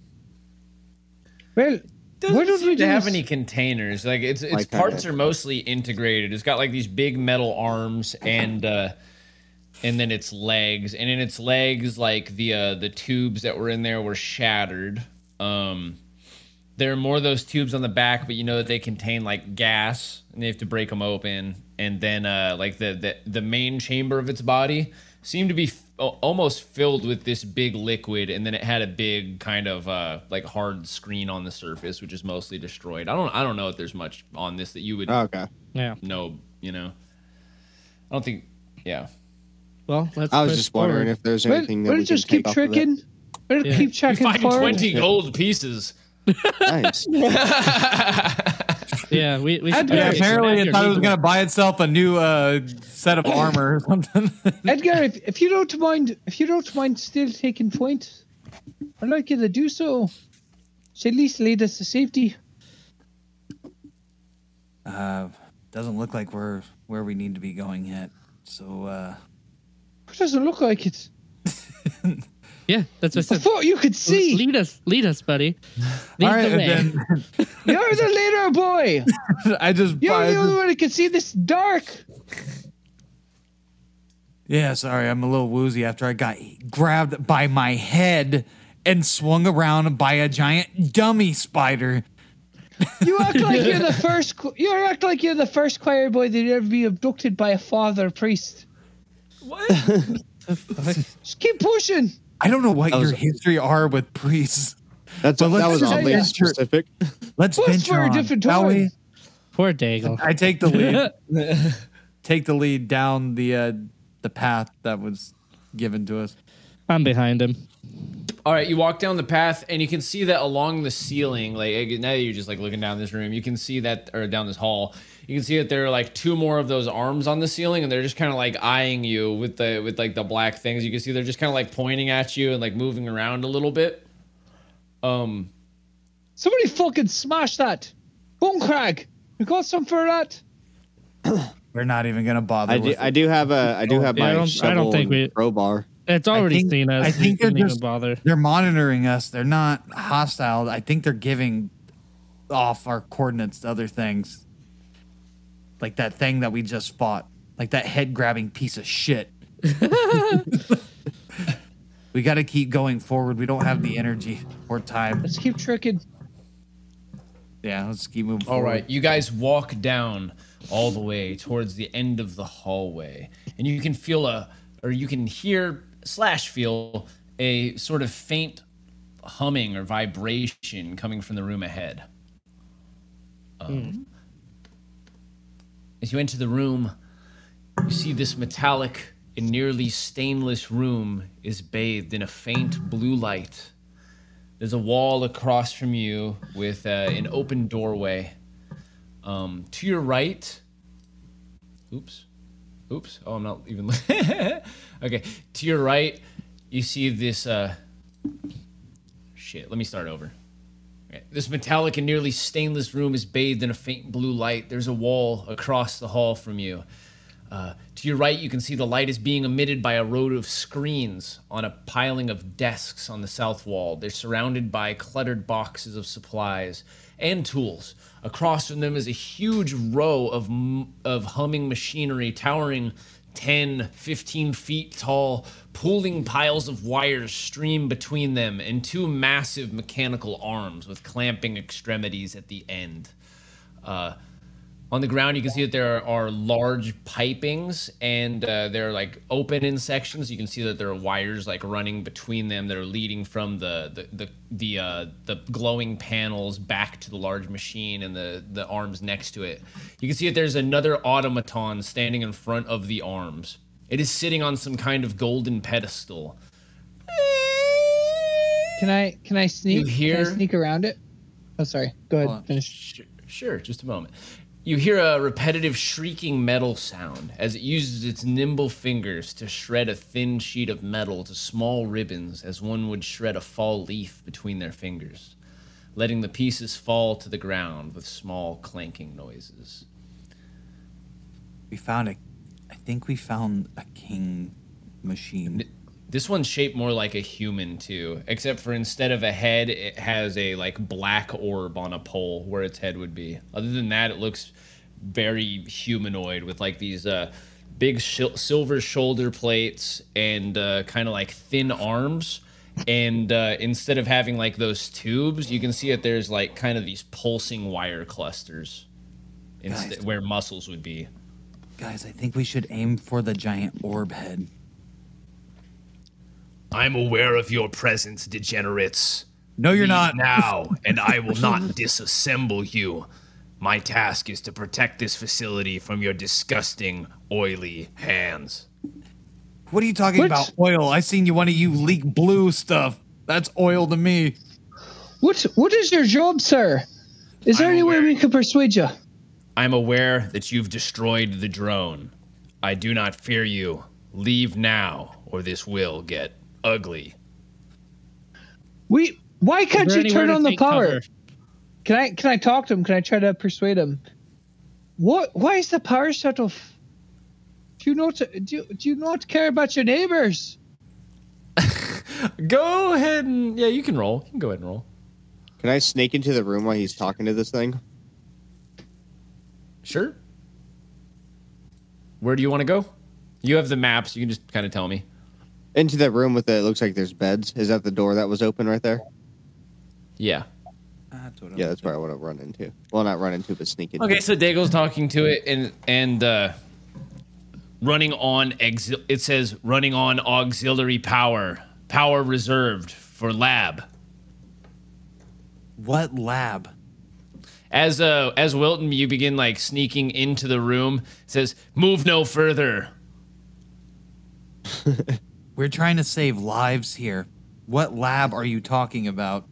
Well,
doesn't
Where did
seem
we
to
do
have
this?
any containers. Like its its
Like, uh,
parts are mostly integrated. It's got like these big metal arms and uh and then its legs. And in its legs, like the uh the tubes that were in there were shattered. Um there are more of those tubes on the back, but you know that they contain like gas and they have to break them open. And then uh like the the, the main chamber of its body seemed to be f- al- almost filled with this big liquid and then it had a big kind of uh like hard screen on the surface which is mostly destroyed. I don't I don't know if there's much on this that you
Oh,
would
Okay.
yeah.
know, you know. I don't think yeah.
Well, let's.
I was
push
just wondering
forward.
if there's
we'll,
anything that
we'll
we
just
can
keep
take off of it.
tricking. We'll
Yeah.
keep
You
checking
find
for
20 gold pieces.
Nice.
Yeah, we. we should
I'd be
do
Yeah,
it.
apparently,
Back
it
here,
thought it was
legal.
gonna buy itself a new uh, set of armor or something.
Edgar, if, if you don't mind, if you don't mind still taking point, I'd like you to do so. Should at least lead us to safety.
uh, doesn't look like we're where we need to be going yet. So uh,
It doesn't look like it.
Yeah, that's what
I
I said.
thought you could see.
Lead us, lead us, buddy. Lead
all right,
the way.
and
You're the leader, boy.
then I just,
You're
I
the only
just
one who can see this dark.
yeah. Sorry, I'm a little woozy after I got grabbed by my head and swung around by a giant dummy spider.
You act like you're the first. qu- You act like you're the first choir boy that ever be abducted by a father priest.
what?
Just keep pushing.
I don't know what
That
your
was-
history are with priests.
That's
But
that
let's
was
just
oddly
say-
specific.
Let's
Well, it's
venture
for a
on,
different
shall
time.
we?
Poor Daigle.
I take the lead. take the lead down the uh, the path that was given to us.
I'm behind him.
All right, you walk down the path, and you can see that along the ceiling, like eh, now that you're just like looking down this room, you can see that, or down this hall, you can see that there are like two more of those arms on the ceiling, and they're just kind of like eyeing you with the with like the black things. You can see they're just kind of like pointing at you and like moving around a little bit. Um,
Somebody fucking smash that. Boom crag. You got some for that?
We're not even gonna bother.
I do.
with
I
it.
do have a. I do have
Yeah, I
my
don't- I don't
shovel
think
and
we-
crowbar.
It's already
think-
seen us.
I think
we
they're
didn't even
just-
bother.
They're monitoring us. They're not hostile. I think they're giving off our coordinates to other things, like that thing that we just fought, like that head grabbing piece of shit. we got to keep going forward. We don't have the energy or time.
Let's keep tricking.
Yeah, let's keep moving.
All
forward.
right, you guys walk down all the way towards the end of the hallway. And you can feel a, or you can hear slash feel a sort of faint humming or vibration coming from the room ahead. Um, As you enter the room, you see this metallic and nearly stainless room is bathed in a faint blue light. There's a wall across from you with uh, an open doorway. Um, to your right, oops, oops. Oh, I'm not even. okay, to your right, you see this. Uh, shit, let me start over. Okay, This metallic and nearly stainless room is bathed in a faint blue light. There's a wall across the hall from you. Uh, to your right, you can see the light is being emitted by a row of screens on a piling of desks on the south wall. They're surrounded by cluttered boxes of supplies and tools. Across from them is a huge row of, m- of humming machinery towering 10, 15 feet tall. Pulling piles of wires stream between them and two massive mechanical arms with clamping extremities at the end. Uh, on the ground, you can see that there are large pipings and uh, they're like open in sections. You can see that there are wires like running between them that are leading from the the the the, uh, the glowing panels back to the large machine and the the arms next to it. You can see that there's another automaton standing in front of the arms. It is sitting on some kind of golden pedestal.
Can I can I sneak?
You hear-
Can I sneak around it? Oh, sorry. Go
Hold on.
ahead. Finish.
Sure, sure, just a moment. You hear a repetitive shrieking metal sound as it uses its nimble fingers to shred a thin sheet of metal to small ribbons as one would shred a fall leaf between their fingers, letting the pieces fall to the ground with small clanking noises.
We found a. I think we found a king machine.
This one's shaped more like a human too, except for instead of a head, it has a like black orb on a pole where its head would be. Other than that, it looks very humanoid with like these uh, big shil- silver shoulder plates and uh, kind of like thin arms. And uh, instead of having like those tubes, you can see that there's like kind of these pulsing wire clusters, instead
Guys.
where muscles would be.
Guys, I think we should aim for the giant orb head.
I'm aware of your presence, degenerates.
No, you're not.
Leave now, and I will not disassemble you. My task is to protect this facility from your disgusting, oily hands.
What are you talking
What?
about? Oil. I seen you one of you leak blue stuff. That's oil to me.
What What is your job, sir? Is there
I'm
any way
aware.
we can persuade you?
I'm aware that you've destroyed the drone. I do not fear you. Leave now, or this will get ugly.
We. Why can't
there
you
anywhere
turn
to
on the
take
power?
cover?
Can I Can I talk to him? Can I try to persuade him? What? Why is the power shut off? Do you not do, you- do you not care about your neighbors?
Go ahead and yeah, you can roll. You can go ahead and roll.
Can I sneak into the room while he's talking to this thing?
Sure. Where do you want to go? You have the maps. You can just kind of tell me.
Into that room with the, it looks like there's beds. Is that the door that was open right there?
Yeah.
That's what
Yeah, that's where I want to run into. Well, not run into, but sneak into.
Okay, so Dago's talking to it and and uh, running on exil. It says running on auxiliary power, power reserved for lab.
What lab?
As uh, as Wilton, you begin like sneaking into the room. It says move no further.
We're trying to save lives here. What lab are you talking about?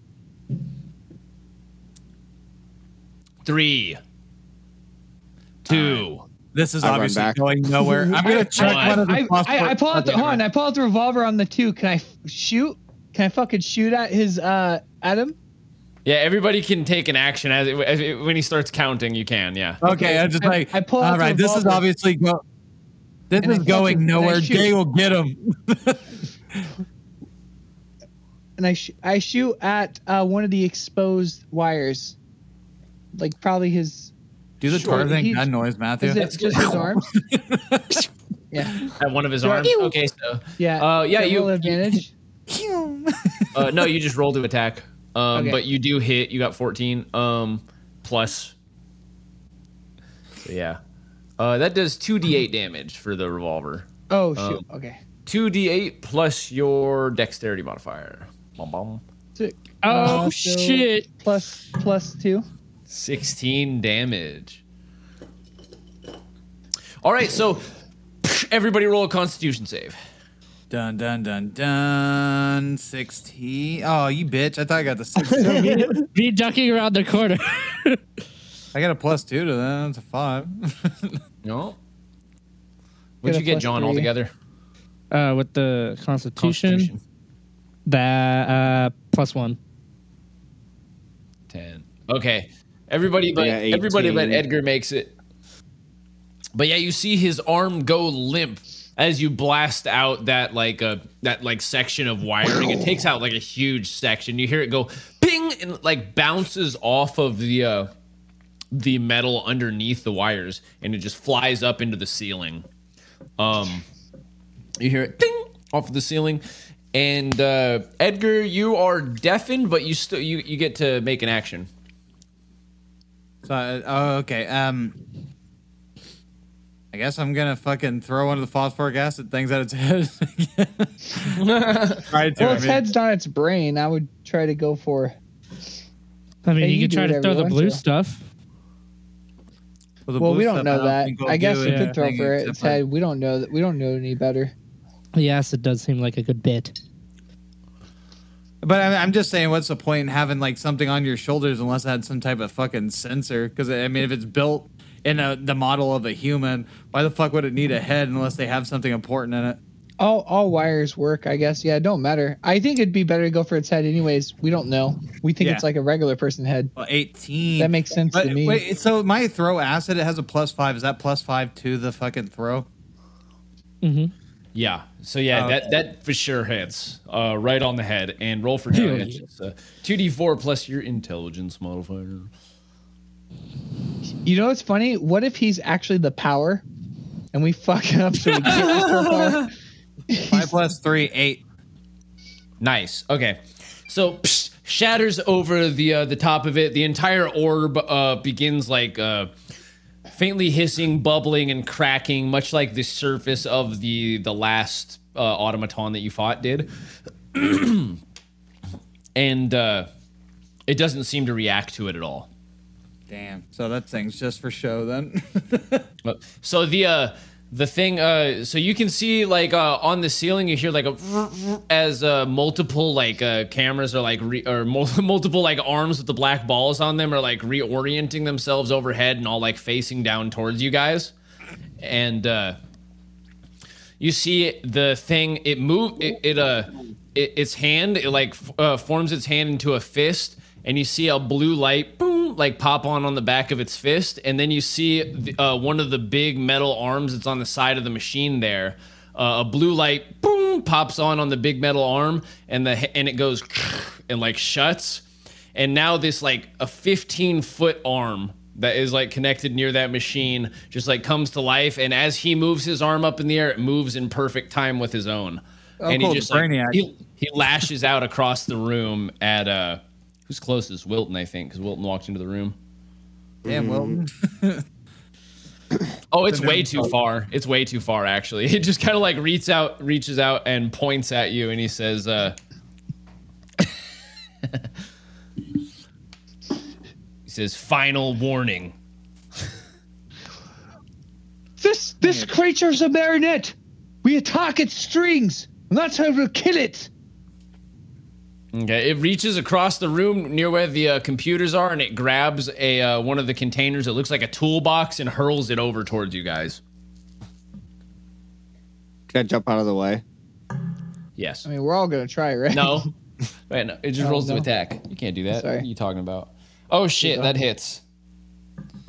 Three, two.
This is
I run
obviously
back.
going nowhere. I'm gonna check
I-
one of the
I, I, I
passport-
pull out the
Okay,
hold on,
right.
I pull out the revolver on the two. Can I f- shoot? Can I fucking shoot at his uh at him?
Yeah, everybody can take an action as, it, as it- when he starts counting. You can, yeah.
Okay, I'm just
I-
like,
I pull out
all
the
right, this is
revolver.
obviously go- this
And I
is going
fucking- and I
nowhere.
shoot.
Jay will get him.
And I sh- I shoot at uh, one of the exposed wires, like probably his.
Do the
Sure,
Tarzan
he's-
gun noise, Matthew.
Is it just his arms? yeah.
At one of his arms. Okay, so
Yeah.
Uh, yeah,
Double
you-
advantage.
Uh, no, you just roll to attack. Um,
Okay.
But you do hit. You got 14 um, plus. So, yeah. Uh, that does 2d8 damage for the revolver.
Oh shoot. okay.
2d8 plus your dexterity modifier. Bom, bom.
Sick.
Oh
Uh, so
shit!
Plus plus two.
16 damage. All right, so everybody roll a constitution save.
Dun dun dun dun. Sixteen. Oh, you bitch! I thought I got the sixteen.
Be ducking around the corner.
I got a plus two to that. That's a five.
No. What'd
Get a
you get,
plus
John,
three.
altogether?
uh, with the Constitution, that uh, plus one.
10. Okay. Everybody but
Yeah,
everybody but
18.
Edgar makes it. But yeah, you see his arm go limp as you blast out that like uh, that like section of wiring. It takes out like a huge section. You hear it go ping and like bounces off of the uh the metal underneath the wires and it just flies up into the ceiling. Um you hear it ding off of the ceiling. And uh, Edgar, you are deafened, but you still you, you get to make an action.
so, I- oh, okay. Um, I guess I'm gonna fucking throw one of the phosphoric acid things at its head. Try to.
Well,
I
its
mean.
head's down its brain. I would try to go for.
I mean,
Hey,
you,
you
could
do
try to
whatever
throw
you
the
want
blue
to.
stuff.
the
Well,
blue
we don't
stuff,
know
don't
that.
think we'll
I guess
do
we could
anything
throw for
except
its
for-
head. We don't know that. We don't know any better.
The acid does seem like a good bit.
But I mean, I'm just saying, what's the point in having like something on your shoulders unless it had some type of fucking sensor? Because I mean, if it's built in a, the model of a human, why the fuck would it need a head unless they have something important in it?
All all wires work, I guess. Yeah, it don't matter. I think it'd be better to go for its head, anyways. We don't know. We think
Yeah.
it's like a regular person head.
Well, 18.
That makes sense
But
to me.
Wait, so my throw acid, it has a plus five. Is that plus five to the fucking throw?
Yeah. So yeah, that that for sure hits uh, right on the head and roll for damage. It's uh, 2d4 plus your intelligence modifier.
You know what's funny? What if he's actually the power, and we fuck it up so we get it so far?
Five plus three, eight.
Nice. Okay. So psh, shatters over the uh, the top of it. The entire orb uh, begins like uh, faintly hissing, bubbling, and cracking, much like the surface of the the last uh, automaton that you fought did. and uh, it doesn't seem to react to it at all.
Damn. So that thing's just for show then.
So the uh, the thing, uh, so you can see like uh, on the ceiling, you hear like a as uh, multiple like uh, cameras are like re- or mul- multiple like arms with the black balls on them are like reorienting themselves overhead and all like facing down towards you guys, and uh, you see the thing. It move it, it uh it, its hand it like f- uh, forms its hand into a fist. And you see a blue light, boom, like pop on on the back of its fist, and then you see the, uh, one of the big metal arms that's on the side of the machine there, uh, a blue light boom pops on on the big metal arm and the and it goes and like shuts and now this like a 15 foot arm that is like connected near that machine just like comes to life and as he moves his arm up in the air it moves in perfect time with his own and
Oh, cool,
he just
the
like,
Brainiac.
he, he lashes out across the room at uh who's closest wilton i think because wilton walked into the room
Damn, Wilton.
Oh, it's way too far. It's way too far, actually. He just kind of like reaches out, reaches out, and points at you, and he says, uh, "He says, final warning."
This this creature's a marionette. We attack its strings, and that's how we'll kill it.
Okay, it reaches across the room near where the uh, computers are, and it grabs a uh, one of the containers. It looks like a toolbox and hurls it over towards you guys.
Can I jump out of the way?
Yes.
I mean, we're all gonna try, right?
No. Wait, no. It just
Oh,
rolls
no.
to attack. You can't do that.
Sorry.
What are you talking about? Oh shit, that hits.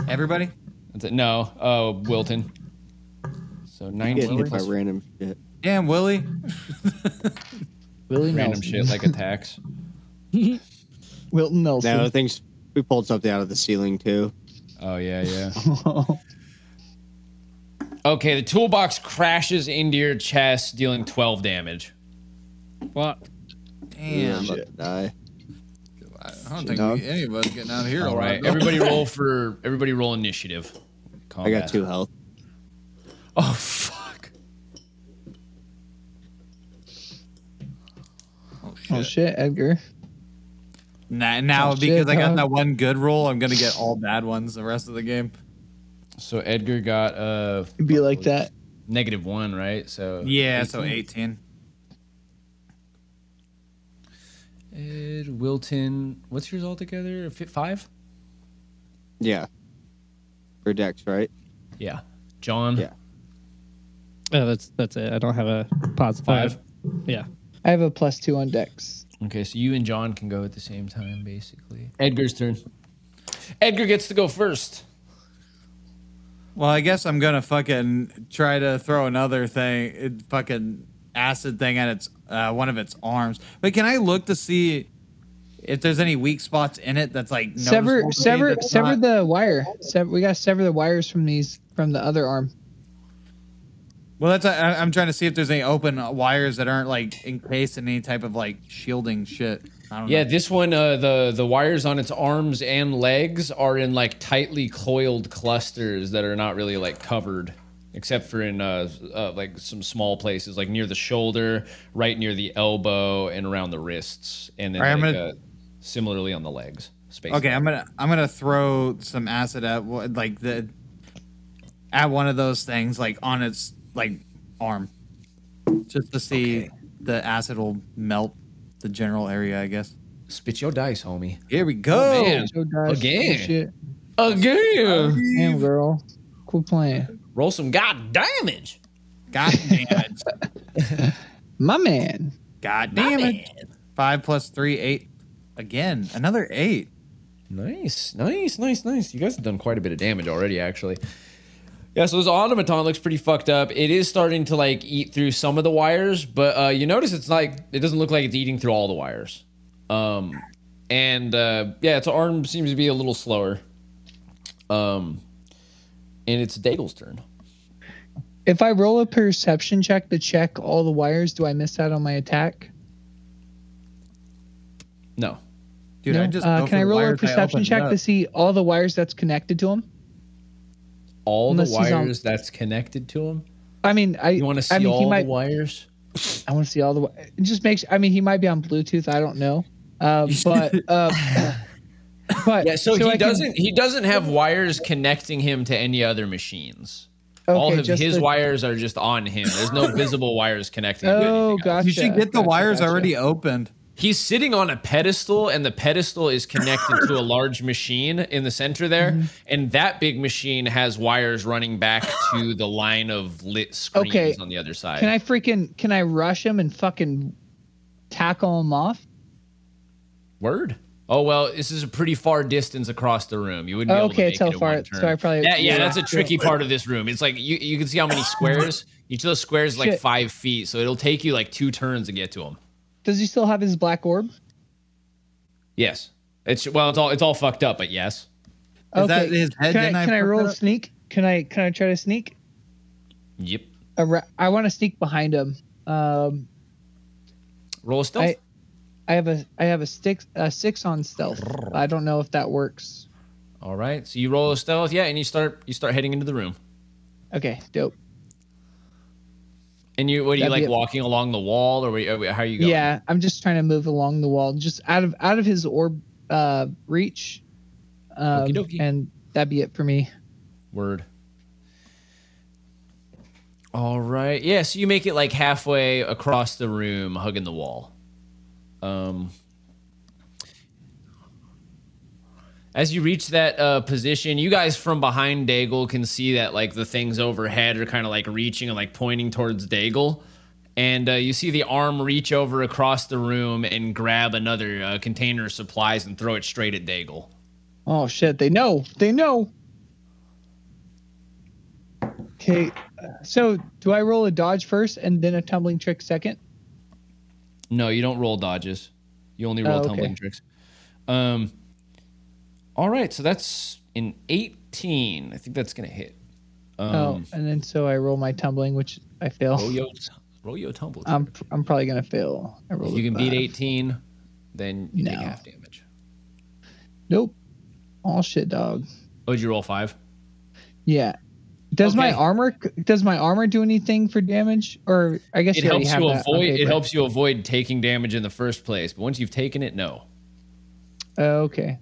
Everybody?
That's it. No. Oh, Wilton. So
Getting
19
hit by
plus
random shit.
Damn, Willie.
Willie
random
Nelson.
shit like attacks.
Wilton
No, I
Nelson.
think s- we pulled something out of the ceiling too.
Oh, yeah, yeah. Okay, the toolbox crashes into your chest, dealing 12 damage.
What?
Yeah,
Damn.
I'm about to die.
I don't think
No.
we,
Oh,
Oh,
anybody's getting out of here.
All right, everybody roll for everybody roll initiative. Oh,
I got two health.
Oh, shit, Edgar.
Oh, Nah, now
Oh,
because
shit,
I got
huh?
that one good roll, I'm gonna get all bad ones the rest of the game.
So Edgar got uh
It'd be like that.
negative one, right? So
Yeah, so 18.
Ed Wilton, what's yours altogether? Fi- Five?
Yeah. For Dex, right?
Yeah. John.
Yeah.
Oh, that's that's it. I don't have a pause
Five.
five. Yeah.
I have a plus two on Dex.
Okay, so you and John can go at the same time, basically. Edgar's turn. Edgar gets to go first.
Well, I guess I'm gonna fucking try to throw another thing, it, fucking acid thing at its uh, one of its arms. But can I look to see if there's any weak spots in it that's like noticeable
Sever,
to me
sever,
that's
sever
not-
the wire. Sever, we gotta sever the wires from these from the other arm.
Well, that's I, I'm trying to see if there's any open wires that aren't like encased in any type of like shielding shit. I don't
Yeah,
know.
this one, uh, the the wires on its arms and legs are in like tightly coiled clusters that are not really like covered, except for in uh, uh like some small places, like near the shoulder, right near the elbow, and around the wrists, and then
All right, I'm
like,
gonna-
uh, similarly on the legs. Space
Okay, I'm gonna I'm gonna throw some acid at wha- like the at one of those things like on its like arm, just to see the acid will melt the general area. I guess.
spit your dice, homie.
Here we
Oh,
go.
man.
Joe Dice,
Again.
good Shit.
Again,
Damn girl. Cool playing.
roll some god damage.
God damn it!
My man.
God damn it! Five plus three, eight. Again, another eight.
Nice, nice, nice, nice. You guys have done quite a bit of damage already, actually. Yeah, so this automaton looks pretty fucked up. It is starting to like eat through some of the wires, but uh, you notice it's like it doesn't look like it's eating through all the wires. Um, and uh, yeah, its arm seems to be a little slower. Um, and it's Daigle's turn.
If I roll a perception check to check all the wires, do I miss out on my attack?
No,
Dude, I
No?
just
uh,
go
can
for
I
the
roll a
wires I
perception
opened
check
up.
to see all the wires that's connected to them?
all
Unless
the
he's on-
wires that's connected to him.
I mean, I
You want to see
I mean, he
all
might,
the wires?
I want to see all the. wi- It just makes. I mean, he might be on Bluetooth. I don't know. Uh, but uh, but
Yeah, so, he
I can-
doesn't he doesn't have wires connecting him to any other machines. All
okay,
of
just
his
the-
wires are just on him. There's no visible wires connecting. him to
Oh,
anything else.
gotcha.
You should get the
gotcha,
wires
gotcha.
already opened.
He's sitting on a pedestal, and the pedestal is connected to a large machine in the center there,
Mm-hmm.
and that big machine has wires running back to the line of lit screens
Okay.
on the other side.
Can I freaking can I rush him and fucking tackle him off?
Word. Oh well, this is a pretty far distance across the room. You wouldn't be
Oh,
able
okay,
to make
it's how
it in
far-
one
so
turn.
I probably-
yeah, yeah,
yeah.
that's a tricky part of this room. It's like you, you can see how many squares. Each of those squares is like
Shit.
five feet, so it'll take you like two turns to get to them.
Does he still have his black orb?
Yes, it's well, it's all it's all fucked up, but yes.
Is that his
Can
head? Didn't
I,
I
can I
fuck
roll
that
a
up?
sneak? Can I can I try to sneak?
Yep.
Ar- I want to sneak behind him. Um,
Roll a stealth.
I I have a I have a six a six on stealth. I don't know if that works.
all right, so you roll a stealth, yeah, and you start you start heading into the room.
Okay, dope.
And you what are you
That'd be
like
it.
walking along the wall, or were you- how are you going?
Yeah, I'm just trying to move along the wall, just out of out of his orb uh, reach. Um,
Okey dokey.
and that'd be it for me.
Word. All right. Yeah, so you make it like halfway across the room, hugging the wall. Um, as you reach that uh, position, you guys from behind Daigle can see that like the things overhead are kind of like reaching and like pointing towards Daigle. And uh, you see the arm reach over across the room and grab another uh, container of supplies and throw it straight at Daigle.
Oh shit! They know. They know. Okay, uh, so do I roll a dodge first and then a tumbling trick second?
No, you don't roll dodges. You only roll
Oh, okay.
tumbling tricks. Um. All right, so that's an eighteen. I think that's gonna hit.
oh,
Um, Oh,
and then so I roll my tumbling, which I fail.
Roll your roll your tumble.
I'm I'm probably gonna fail. I rolled
if you
a
can beat
Oh, five.
eighteen, then you take
No.
half damage.
Nope. All shit, dog.
Oh, did you roll five?
Yeah. Does my
Okay.
armor does my armor do anything for damage? Or I guess
It
you already
helps
have
you
that on
avoid it
paper.
helps you avoid taking damage in the first place, but once you've taken it, no.
Oh, okay.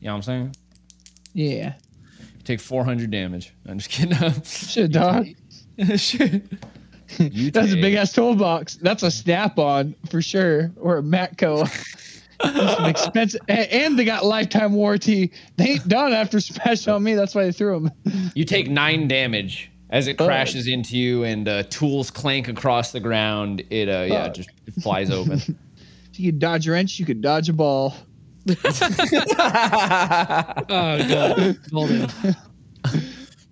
You know what I'm saying?
Yeah.
You take 400 damage. I'm just kidding.
Shit, dog.
Shit. You
That's a
take-
big ass toolbox. That's a snap on for sure, or a Matco. That's an expensive, and, and they got lifetime warranty. They ain't done after smash on me. That's why they threw them.
You take nine damage as it crashes into you, and uh, tools clank across the ground. It uh, yeah,
Fuck.
just flies open.
If you could dodge a wrench, you could dodge a ball.
Oh god, Golden.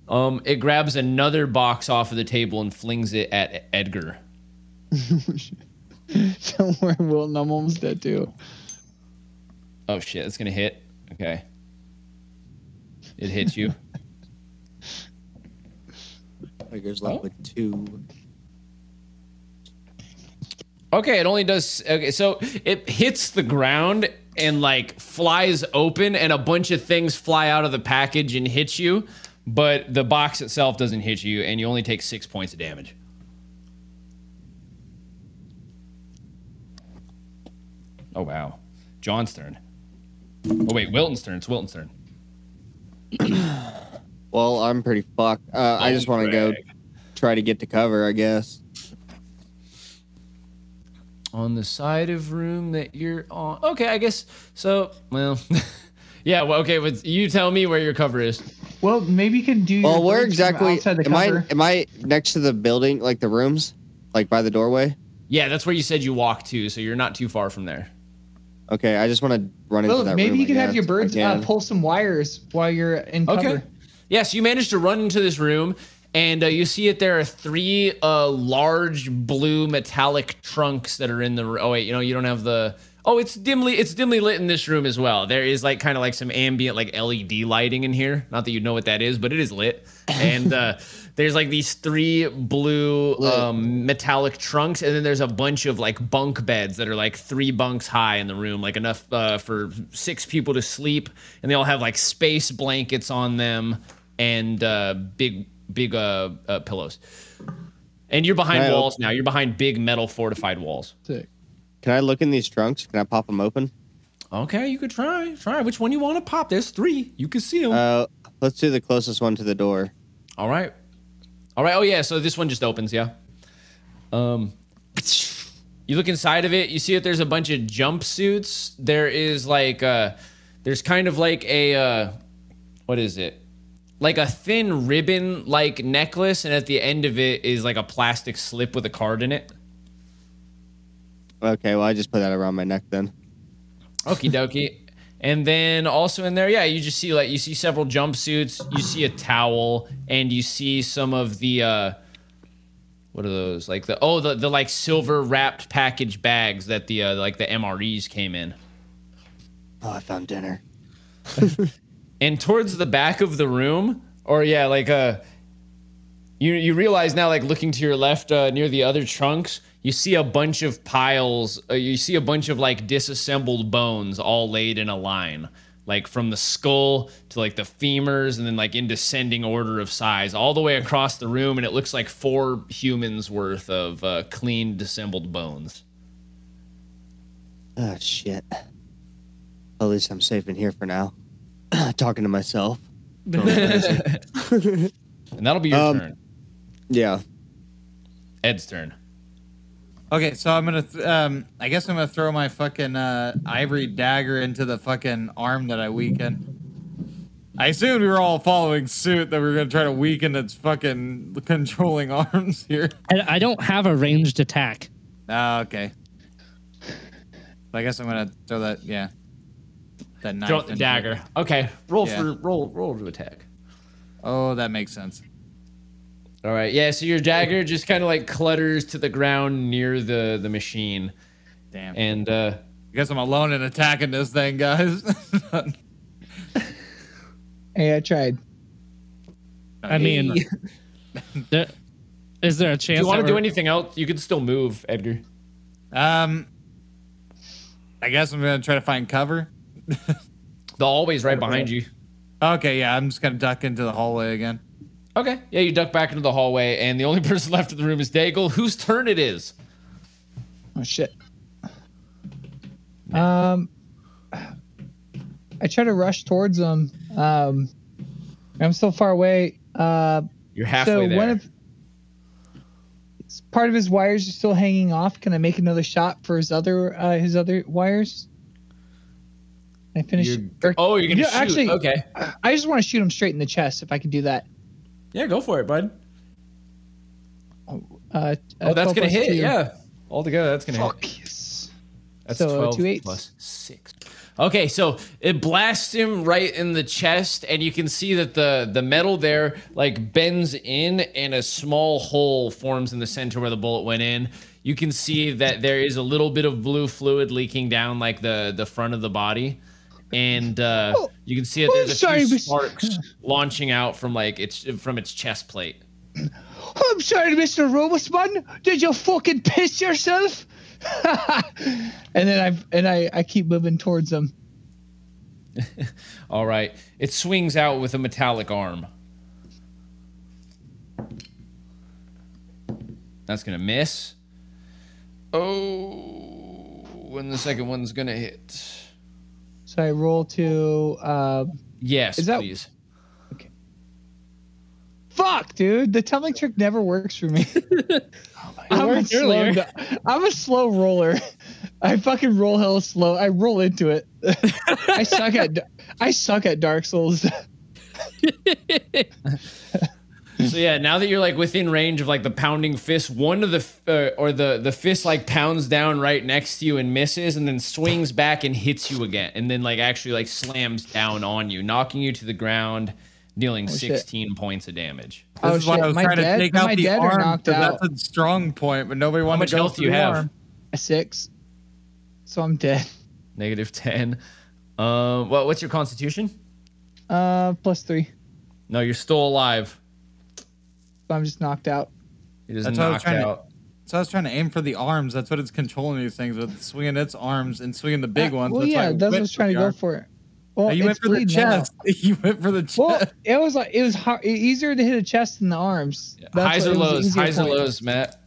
um, it grabs another box off of the table and flings it at Edgar.
Don't worry, Wilton. I'm almost dead too.
Oh shit, it's gonna hit. Okay, it hits you.
Edgar's left with two.
Okay, it only does. Okay, so it hits the ground and like flies open, and a bunch of things fly out of the package and hit you, but the box itself doesn't hit you, and you only take six points of damage. Oh wow, John's turn. Oh wait, Wilton's turn. It's Wilton's turn.
Well, I'm pretty fucked. Uh, I just want to go try to get to cover, I guess.
on the side of room that you're on. Okay, I guess so. Well, yeah. Well, okay. But you tell me where your cover is.
Well, maybe you can do. your
Well, where
bridge from
exactly?
Outside the
Am I
cover.
am I next to the building, like the rooms, like by the doorway?
Yeah, that's where you said you walked to, so you're not too far from there.
Okay, I just want to run into
Well,
that
maybe
room,
you
I
could have
guess,
your
if I
birds uh,
can.
pull some wires while you're in cover.
Okay. Yeah, so you managed to run into this room, and uh, you see that there are three uh, large blue metallic trunks that are in the. r- Oh wait, you know you don't have the. Oh, it's dimly it's dimly lit in this room as well. There is like kind of like some ambient like LED lighting in here. Not that you know what that is, but it is lit. And uh, there's like these three blue um, metallic trunks, and then there's a bunch of like bunk beds that are like three bunks high in the room, like enough uh, for six people to sleep. And they all have like space blankets on them and uh, big big uh, uh, pillows. And you're behind
Can I op-
walls now. You're behind big metal fortified walls.
Sick.
Can I look in these trunks? Can I pop them open?
Okay, you could try. Try which one you want to pop. There's three. You can see them.
Uh, let's do the closest one to the door.
All right. All right. Oh yeah. So this one just opens. Yeah. Um. You look inside of it. You see that there's a bunch of jumpsuits. There is like uh, there's kind of like a uh, what is it? Like a thin ribbon like necklace, and at the end of it is like a plastic slip with a card in it.
Okay, well, I just put that around my neck then.
Okie dokie. And then also in there, yeah, you just see like you see several jumpsuits, you see a towel, and you see some of the uh what are those? Like the oh the, the like silver wrapped package bags that the uh, like the MREs came in.
Oh, I found dinner.
and towards the back of the room or yeah like uh you you realize now like looking to your left uh, near the other trunks you see a bunch of piles uh, you see a bunch of like disassembled bones all laid in a line like from the skull to like the femurs and then like in descending order of size all the way across the room and it looks like four humans worth of uh, clean disassembled bones
Oh shit. At least I'm safe in here for now. Talking to myself.
and that'll be your
Um,
turn
Yeah.
ed's turn
Okay, so I'm gonna, th- um, I guess I'm gonna throw my fucking uh, ivory dagger into the fucking arm that I weakened. I assumed we were all following suit that we were gonna try to weaken its fucking controlling arms here.
I, I don't have a ranged attack.
Ah, okay. So I guess I'm gonna throw that. Yeah. That knife.
throw out the
in
dagger
here.
okay roll
Yeah.
for roll roll to attack
Oh, that makes sense.
All right. Yeah. So your dagger just kind of like clutters to the ground near the the machine,
Damn.
and uh,
I guess I'm alone in attacking this thing, guys.
Hey, I tried.
I mean, there, is there a
if
chance?
you want to
that
do
we're-
anything else, you could still move, Edgar.
um, I guess I'm gonna try to find cover.
The hallway's right behind you.
Okay, yeah, I'm just gonna duck into the hallway again.
Okay. Yeah, you duck back into the hallway, and the only person left in the room is Daigle, whose turn it is.
Oh shit. Um, I try to rush towards them. Um, I'm still far away. Uh,
You're halfway
so
there.
one of s- part of his wires is still hanging off. Can I make another shot for his other uh, his other wires? Can I finish.
You're-
or-
oh, you're gonna
you know,
shoot.
er, Actually,
okay.
I just want to shoot him straight in the chest if I can do that.
Yeah, go for it, bud.
Uh,
Oh, that's gonna hit.
Two.
Yeah. Altogether, that's gonna hit.
Fuck yes.
That's
So, uh,
12
two eights.
plus 6. Okay, so it blasts him right in the chest and you can see that the the metal there like bends in and a small hole forms in the center where the bullet went in. You can see that there is a little bit of blue fluid leaking down like the the front of the body. And uh,
Oh,
you can see that
oh,
there's a
sorry,
few
Mr.
sparks launching out from like its from its chest plate.
I'm sorry, Mr. Robusman. Did you fucking piss yourself? and then I and I, I keep moving towards him.
All right, it swings out with a metallic arm. That's gonna miss. Oh, and the second one's gonna hit.
So I roll to uh,
Yes,
Is that-
please.
fuck, dude. The tumbling trick never works for me. I'm, a
worked
slow,
earlier.
go- I'm a slow roller. I fucking roll hell slow. I roll into it. I suck at I suck at Dark Souls.
So yeah, now that you're like within range of like the pounding fist, one of the f- uh, or the the fist like pounds down right next to you and misses, and then swings back and hits you again, and then like actually like slams down on you, knocking you to the ground, dealing
shit.
16 points of damage.
This
Oh,
is why
shit.
I was
Am I
trying
dead?
to take
Am
out
I
the
dead or
arm
knocked
because
out?
that's a strong point, but nobody wanted
much
to go
health do
through
you
the
have?
arm.
A six. So I'm dead.
negative 10 um well what's your constitution
Uh, plus three.
no you're still alive
So I'm just knocked out.
it is
That's what I was
knocked
trying to-
out
So I was trying to aim for the arms. That's what it's controlling these things with, swinging its arms and swinging the big
Uh,
ones.
Well,
why
yeah,
I
that's what
went
I was
for
trying
the
to go
arm. Oh,
for. it. Well,
you went
it's
for the
bleeding now.
chest. You went for the chest.
Well, it was like it was hard, easier to hit a chest than the arms. That's
highs or
what- it was
lows
easier
highs or
point.
lows matt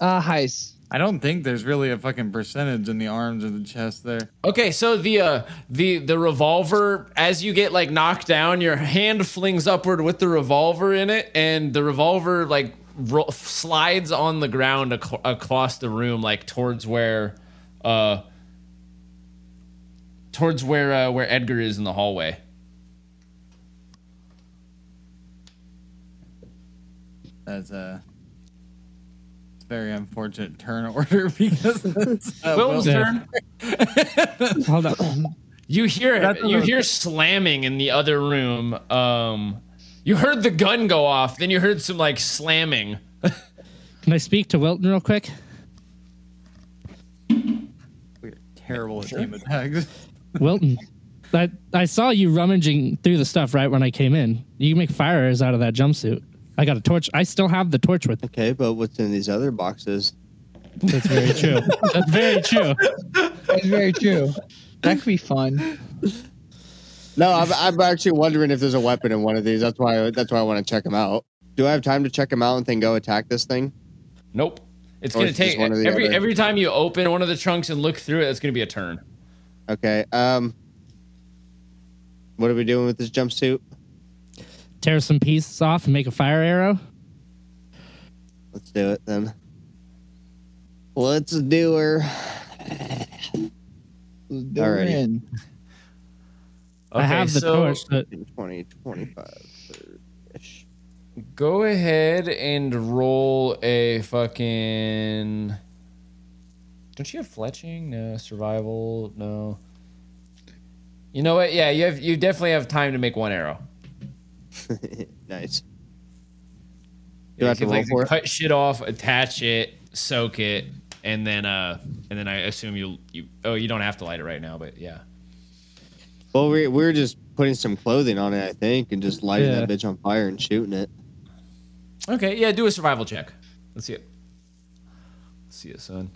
Uh, highs.
I don't think there's really a fucking percentage in the arms or the chest there.
okay so the uh the the revolver as you get like knocked down your hand flings upward with the revolver in it and the revolver like ro- slides on the ground ac- across the room like towards where uh towards where uh where edgar is in the hallway
That's a very unfortunate turn order because that's, uh,
Willem's
Yeah.
turn.
Hold up.
You hear
That's
you
another-
hear slamming in the other room. Um, you heard the gun go off, then you heard some like slamming.
Can I speak to Wilton real quick?
we're terrible at team attacks.
Wilton, I, I saw you rummaging through the stuff right when I came in. You can make fire arrows out of that jumpsuit. I got a torch. I still have the torch with me.
Okay, but what's in these other boxes?
That's very true. That's very true.
That's very true. That could be fun.
No, I'm, I'm actually wondering if there's a weapon in one of these. That's why. That's why I want to check them out. Do I have time to check them out and then go attack this thing?
Nope. It's
Or
gonna
it's just
take
one or the
every
other.
every time you open one of the trunks and look through it, that's gonna be a turn.
Okay. Um. What are we doing with this jumpsuit?
Tear some pieces off and make a fire arrow.
Let's do it then. Let's do her.
They're
Alrighty.
in.
I have the
so
torch. But
20, 25, 30-ish.
go ahead and roll a fucking. Don't you have fletching? No survival. No. You know what? Yeah, you have. You definitely have time to make one arrow.
nice. Do
Yeah,
I have
you
to
can,
roll
like,
for it?
cut shit off, attach it, soak it, and then uh and then I assume you you oh you don't have to light it right now, but yeah.
Well, we we we're just putting some clothing on it, I think, and just lighting that
Yeah.
bitch on fire and shooting it.
Okay, yeah, do a survival check. Let's see it. Let's see it, son.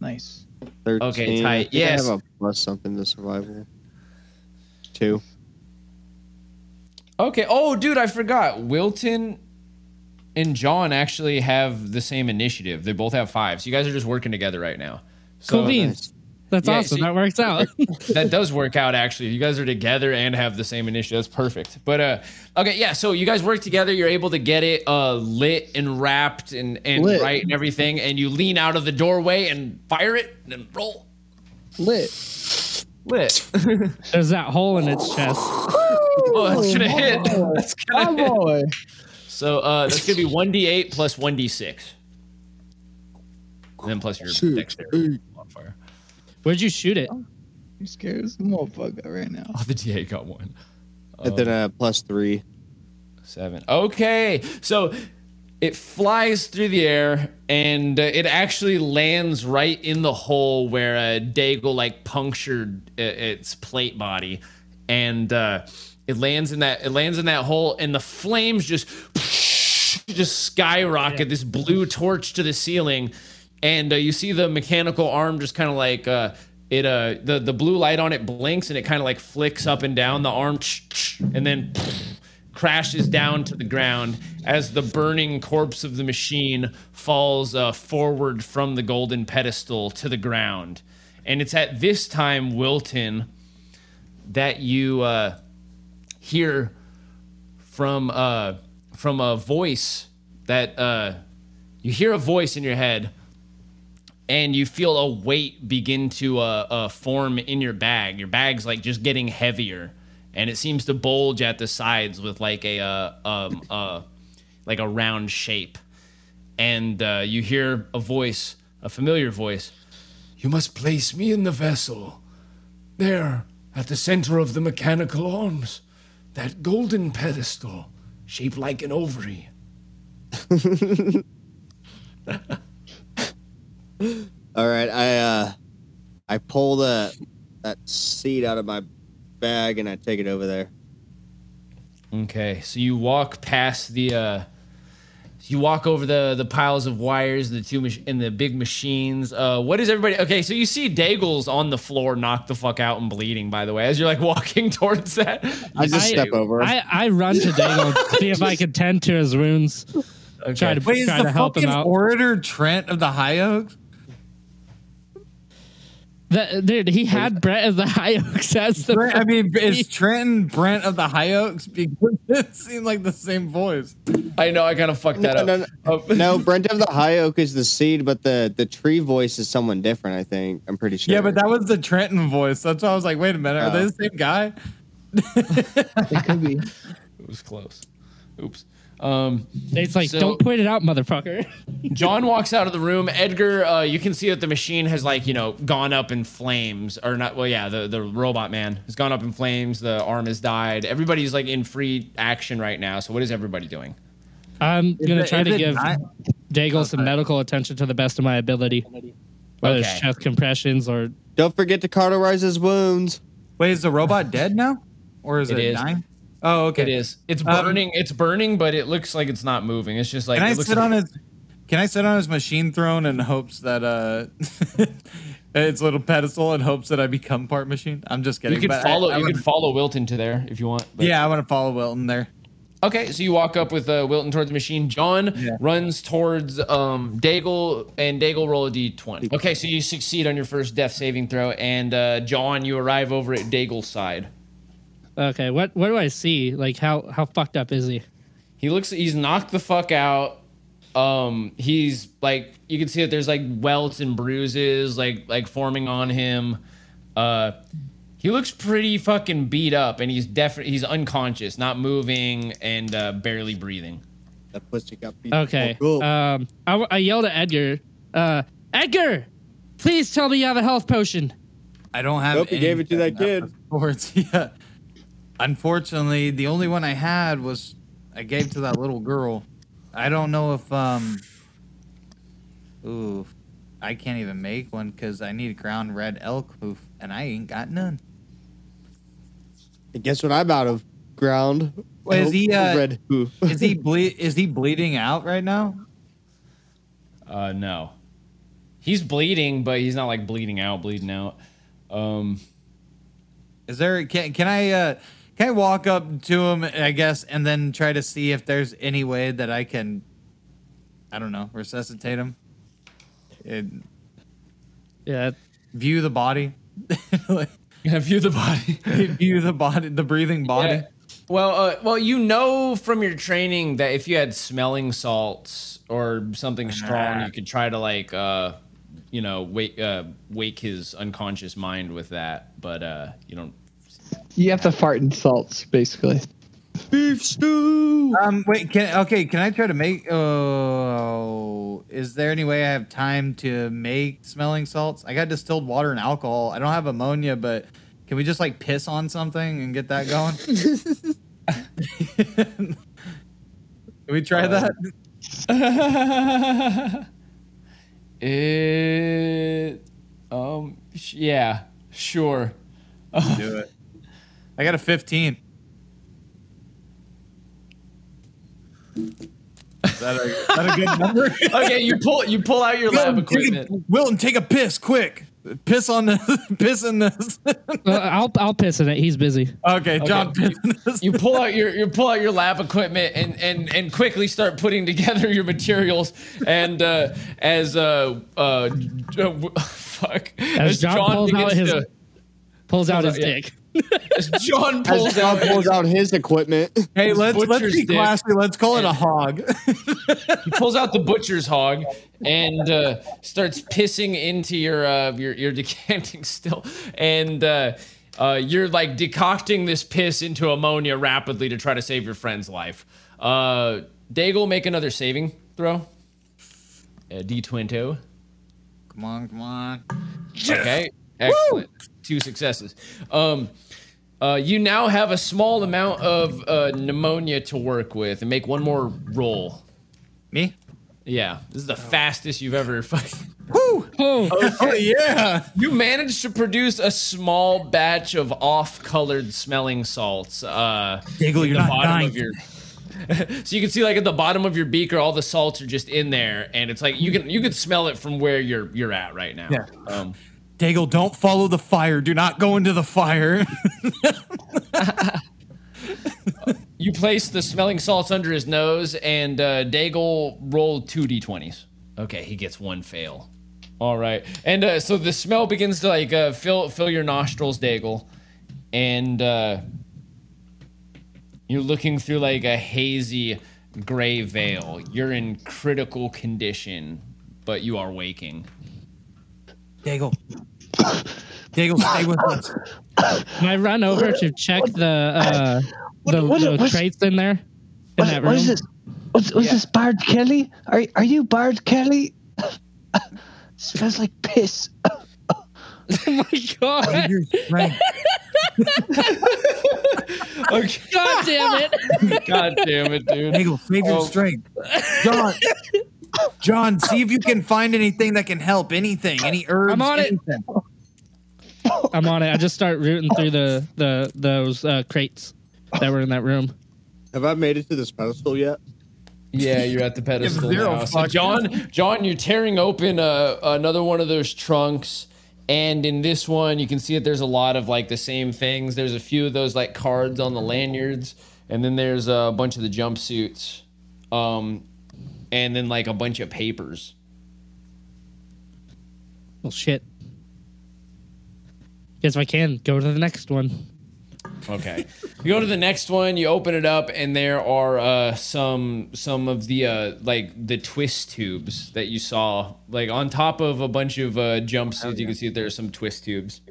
Nice.
13.
Okay,
I
tight.
think
Yes.
I have a plus something to survival. Two.
Okay. Oh, dude, I forgot. Wilton and John actually have the same initiative. They both have five. So you guys are just working together right now. So
Cool beans.
Oh.
That's
Yeah,
awesome.
see-
that works out.
that does work out actually. You guys are together and have the same initiative. That's perfect. But uh okay, yeah, so you guys work together, you're able to get it uh lit and wrapped and and
Lit.
right and everything and you lean out of the doorway and fire it and then roll
Lit.
lit.
There's that hole in its chest.
Oh, that's going to hit. That's
Oh
going to hit.
boy.
So uh that's going to be 1d8 plus 1d6. And then plus your dexterity modifier.
Where'd you shoot it?
You scared as a motherfucker right now.
Oh, the d8 got one.
And then uh, plus three.
Seven. Okay. So it flies through the air and uh, it actually lands right in the hole where uh, Daigle like punctured i- its plate body, and uh, it lands in that it lands in that hole, and the flames just just skyrocket this blue torch to the ceiling, and uh, you see the mechanical arm just kind of like uh, it uh the the blue light on it blinks and it kind of like flicks up and down the arm, and then crashes down to the ground as the burning corpse of the machine falls uh, forward from the golden pedestal to the ground. And it's at this time, Wilton, that you uh, hear from uh, from a voice that uh, you hear a voice in your head, and you feel a weight begin to uh, uh, form in your bag. Your bag's like just getting heavier, and it seems to bulge at the sides with like a uh, um, uh, like a round shape. And uh, you hear a voice, a familiar voice. You must place me in the vessel. There, at the center of the mechanical arms, that golden pedestal, shaped like an ovary.
All right, I uh, I pull the that seed out of my bag and I take it over there.
Okay, so you walk past the, uh, you walk over the the piles of wires and the two mach- and the big machines. Uh, what is everybody? Okay, so you see Daigle's on the floor, knocked the fuck out and bleeding. By the way, as you're like walking towards that,
I just
I-
step over.
I, I run to Dangle to see if I can tend to his wounds. Try to
Wait, is
try
the
to help him
fucking
out.
orator Trent of the High Oaks?
That- dude, he had Brett as the high oaks as the.
Brent, I mean, is Trenton Brent of the High Oaks? Because it seemed like the same voice.
I know I kind of fucked that
No,
up.
no,
Oh,
no, Brent of the High Oak is the seed, but the the tree voice is someone different. I think I'm pretty sure.
Yeah, but that was the Trenton voice. That's why I was like, wait a minute, are they
Oh.
the same guy?
It could be.
it was close. Oops. Um,
It's like,
So-
don't point it out, motherfucker.
John walks out of the room. Edgar, uh, you can see that the machine has like you know gone up in flames, or not. Well, yeah, the the robot man has gone up in flames. The arm has died. Everybody's like in free action right now. So what is everybody doing?
I'm
Is
gonna
it-
try
is
to
it
give
not-
Daigle some medical attention to the best of my ability, whether
Okay.
it's chest compressions or
don't forget to cauterize his wounds.
Wait, is the robot dead now? Or is
It
it,
is.
dying? Oh, okay.
It is. It's
Um,
burning. it's burning, but it looks like it's not moving. It's just like
Can I
it looks
sit
like-
on his can I sit on his machine throne in hopes that uh its little pedestal in hopes that I become part machine? I'm just kidding.
You could
but I-
follow.
I
you
wanna-
could follow Wilton to there if you want. but-
Yeah, I want to follow Wilton there.
Okay, so you walk up with uh, Wilton towards the machine. John
Yeah.
runs towards um, Daigle, and Daigle roll a d20. Okay, so you succeed on your first death saving throw, and uh, John, you arrive over at Daigle's side.
okay. What what do I see? Like how how fucked up is he?
He looks. He's knocked the fuck out. Um, he's like you can see that there's like welts and bruises like like forming on him. Uh, he looks pretty fucking beat up, and he's definitely he's unconscious, not moving, and uh, barely breathing.
That pussy got beat.
Okay.
Oh, cool.
Um, I, I yelled at Edgar. Uh, Edgar, please tell me you have a health potion.
I don't have.
Hope you
any
gave it to that
backup
kid.
of Sports. Yeah. Unfortunately, the only one I had was I gave to that little girl. I don't know if um. Ooh, I can't even make one because I need ground red elk hoof, and I ain't got none.
And guess what? I'm out of ground.
Well, is
Nope,
he, uh,
red hoof?
Is he ble- Is he bleeding out right now?
Uh, no. He's bleeding, but he's not like bleeding out, bleeding out. Um,
Is there? Can can I? Uh, can I walk up to him? I guess, and then try to see if there's any way that I can I don't know, resuscitate him, and
Yeah,
view the body, Like,
Have you the body?
view the body, the breathing body.
Yeah. Well, uh, well, you know from your training that if you had smelling salts or something strong, you could try to like, uh, you know, wake uh, wake his unconscious mind with that. But uh, you don't.
You have to fart in salts, basically.
Um, wait, can okay? Can I try to make? Oh, is there any way I have time to make smelling salts? I got distilled water and alcohol. I don't have ammonia, but can we just like piss on something and get that going? can we try that?
It, um, sh- yeah, sure.
Do it. I got a fifteen. Is that a, is that a good number?
Okay, you pull you pull out your lab
Wilton, take
equipment.
a, Wilton, take a piss, quick. Piss on the piss in this.
Well, I'll I'll piss in it. He's busy.
Okay, John.
you-
business.
you pull out your you pull out your lab equipment and and and quickly start putting together your materials and uh as uh uh j- uh, w- fuck
As John, pulls out
begins
his
to-
pulls out his
out, yeah.
dick.
as John
As
pulls
John
out
pulls out his equipment.
hey,
his
let's let's
butcher's
be
dick.
classy. Let's call it a hog.
he pulls out the butcher's hog and uh starts pissing into your uh your your decanting still and uh uh, you're like decocting this piss into ammonia rapidly to try to save your friend's life. Uh, Daigle, make another saving throw. Uh, D20.
come on, come on.
Okay. Excellent. Two successes. Um, uh, you now have a small amount of uh, pneumonia to work with, and make one more roll.
Me?
Yeah, this is the fastest you've ever. fucking-
Woo!
Oh,
Oh yeah!
you managed to produce a small batch of off-colored smelling salts. Uh,
Diggle,
at
you're
the
not
bottom
dying.
of your. so you can see, like at the bottom of your beaker, all the salts are just in there, and it's like you can you can smell it from where you're you're at right now.
Yeah.
Um,
Daigle, don't follow the fire. Do not go into the fire.
You place the smelling salts under his nose, and uh, Daigle rolled two d20s. Okay, he gets one fail. All right, and uh, so the smell begins to like uh, fill fill your nostrils, Daigle, and uh, you're looking through like a hazy gray veil. You're in critical condition, but you are waking.
Daigle. Daigle, stay with us.
Can I run over to check the uh, the,
what-
the
what's-
crates in there? In that room?
what is this? What's, what's this, Bard Kelly? Are are you Bard Kelly? Smells like piss.
Oh my god!
Okay.
God damn it!
God damn it, dude.
Daigle, save your strength. John, John, see if you can find anything that can help. Anything, any herbs.
I'm on it.
anything.
I'm on it. I just start rooting through the the those uh, crates that were in that room.
Have I made it to this pedestal yet?
Yeah, you're at the pedestal
Give zero
now. So
fucks.
John, John, you're tearing open uh, another one of those trunks, and in this one, you can see that there's a lot of like the same things. There's a few of those like cards on the lanyards, and then there's a bunch of the jumpsuits, um, and then like a bunch of papers.
Well, shit. Guess if I can go to the next one.
Okay. you go to the next one, you open it up, and there are uh, some some of the uh, like the twist tubes that you saw. Like on top of a bunch of uh,
Oh,
jumpsuits, you can see that there are some twist tubes.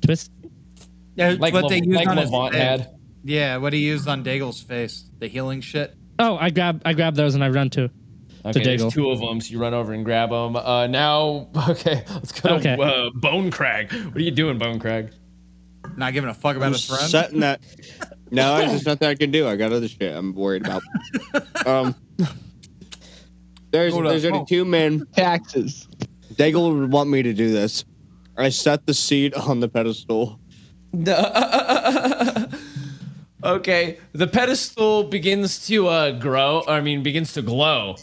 Twist.
Yeah,
Like,
what
Le-
they used
like
on his
Levant
face.
had.
Yeah, what he used on Daigle's face. The healing shit.
Oh, I grab I grab those and I run to.
Okay,
Daigle.
there's two of them, so you run over and grab them. Uh, now, okay, let's go
Okay.
to uh, Bone Crag. What are you doing, Bone Crag?
Not giving a fuck about his friend.
Setting that. No, there's just nothing I can do. I got other shit I'm worried about. um, there's
Hold up.
there's only
Oh.
two men.
Taxes.
Daigle would want me to do this. I set the seat on the pedestal.
Okay, the pedestal begins to uh, grow. I mean, begins to glow,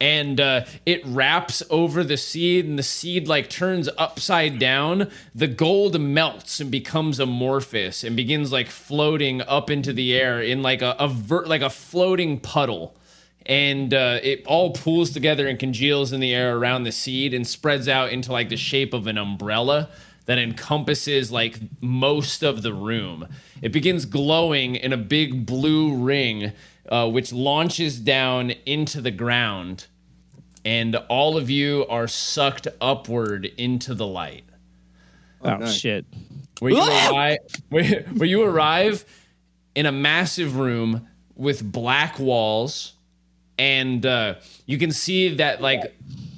and uh, it wraps over the seed, and the seed like turns upside down. The gold melts and becomes amorphous, and begins like floating up into the air in like a, a ver- like a floating puddle. and uh, it all pools together and congeals in the air around the seed and spreads out into like the shape of an umbrella that encompasses like most of the room. It begins glowing in a big blue ring, uh, which launches down into the ground, and all of you are sucked upward into the light.
Oh,
no.
shit.
Where you, arrive, where, where you arrive in a massive room with black walls, and uh, you can see that like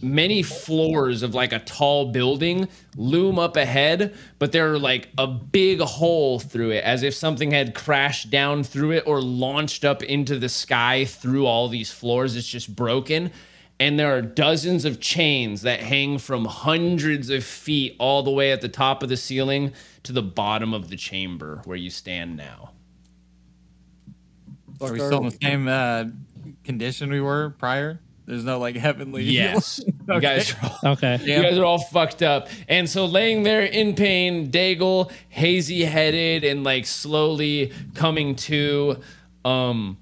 many floors of like a tall building loom up ahead, but there are like a big hole through it, as if something had crashed down through it or launched up into the sky through all these floors. It's just broken. And there are dozens of chains that hang from hundreds of feet all the way at the top of the ceiling to the bottom of the chamber where you stand now.
Are we still in the same uh, condition we were prior? There's no like heavenly.
Yes. You guys are all
Okay.
You guys are all fucked up. And so laying there in pain, Daigle, hazy headed and like slowly coming to um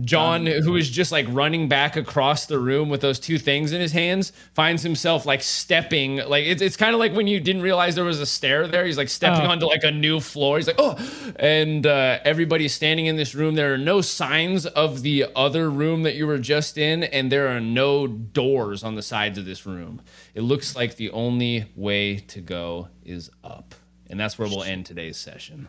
John, who is just like running back across the room with those two things in his hands, finds himself like stepping. Like it's, it's kind of like when you didn't realize there was a stair there. He's like stepping
Oh.
onto like a new floor. He's like, oh, and uh, everybody's standing in this room. There are no signs of the other room that you were just in, and there are no doors on the sides of this room. It looks like the only way to go is up, and that's where we'll end today's session.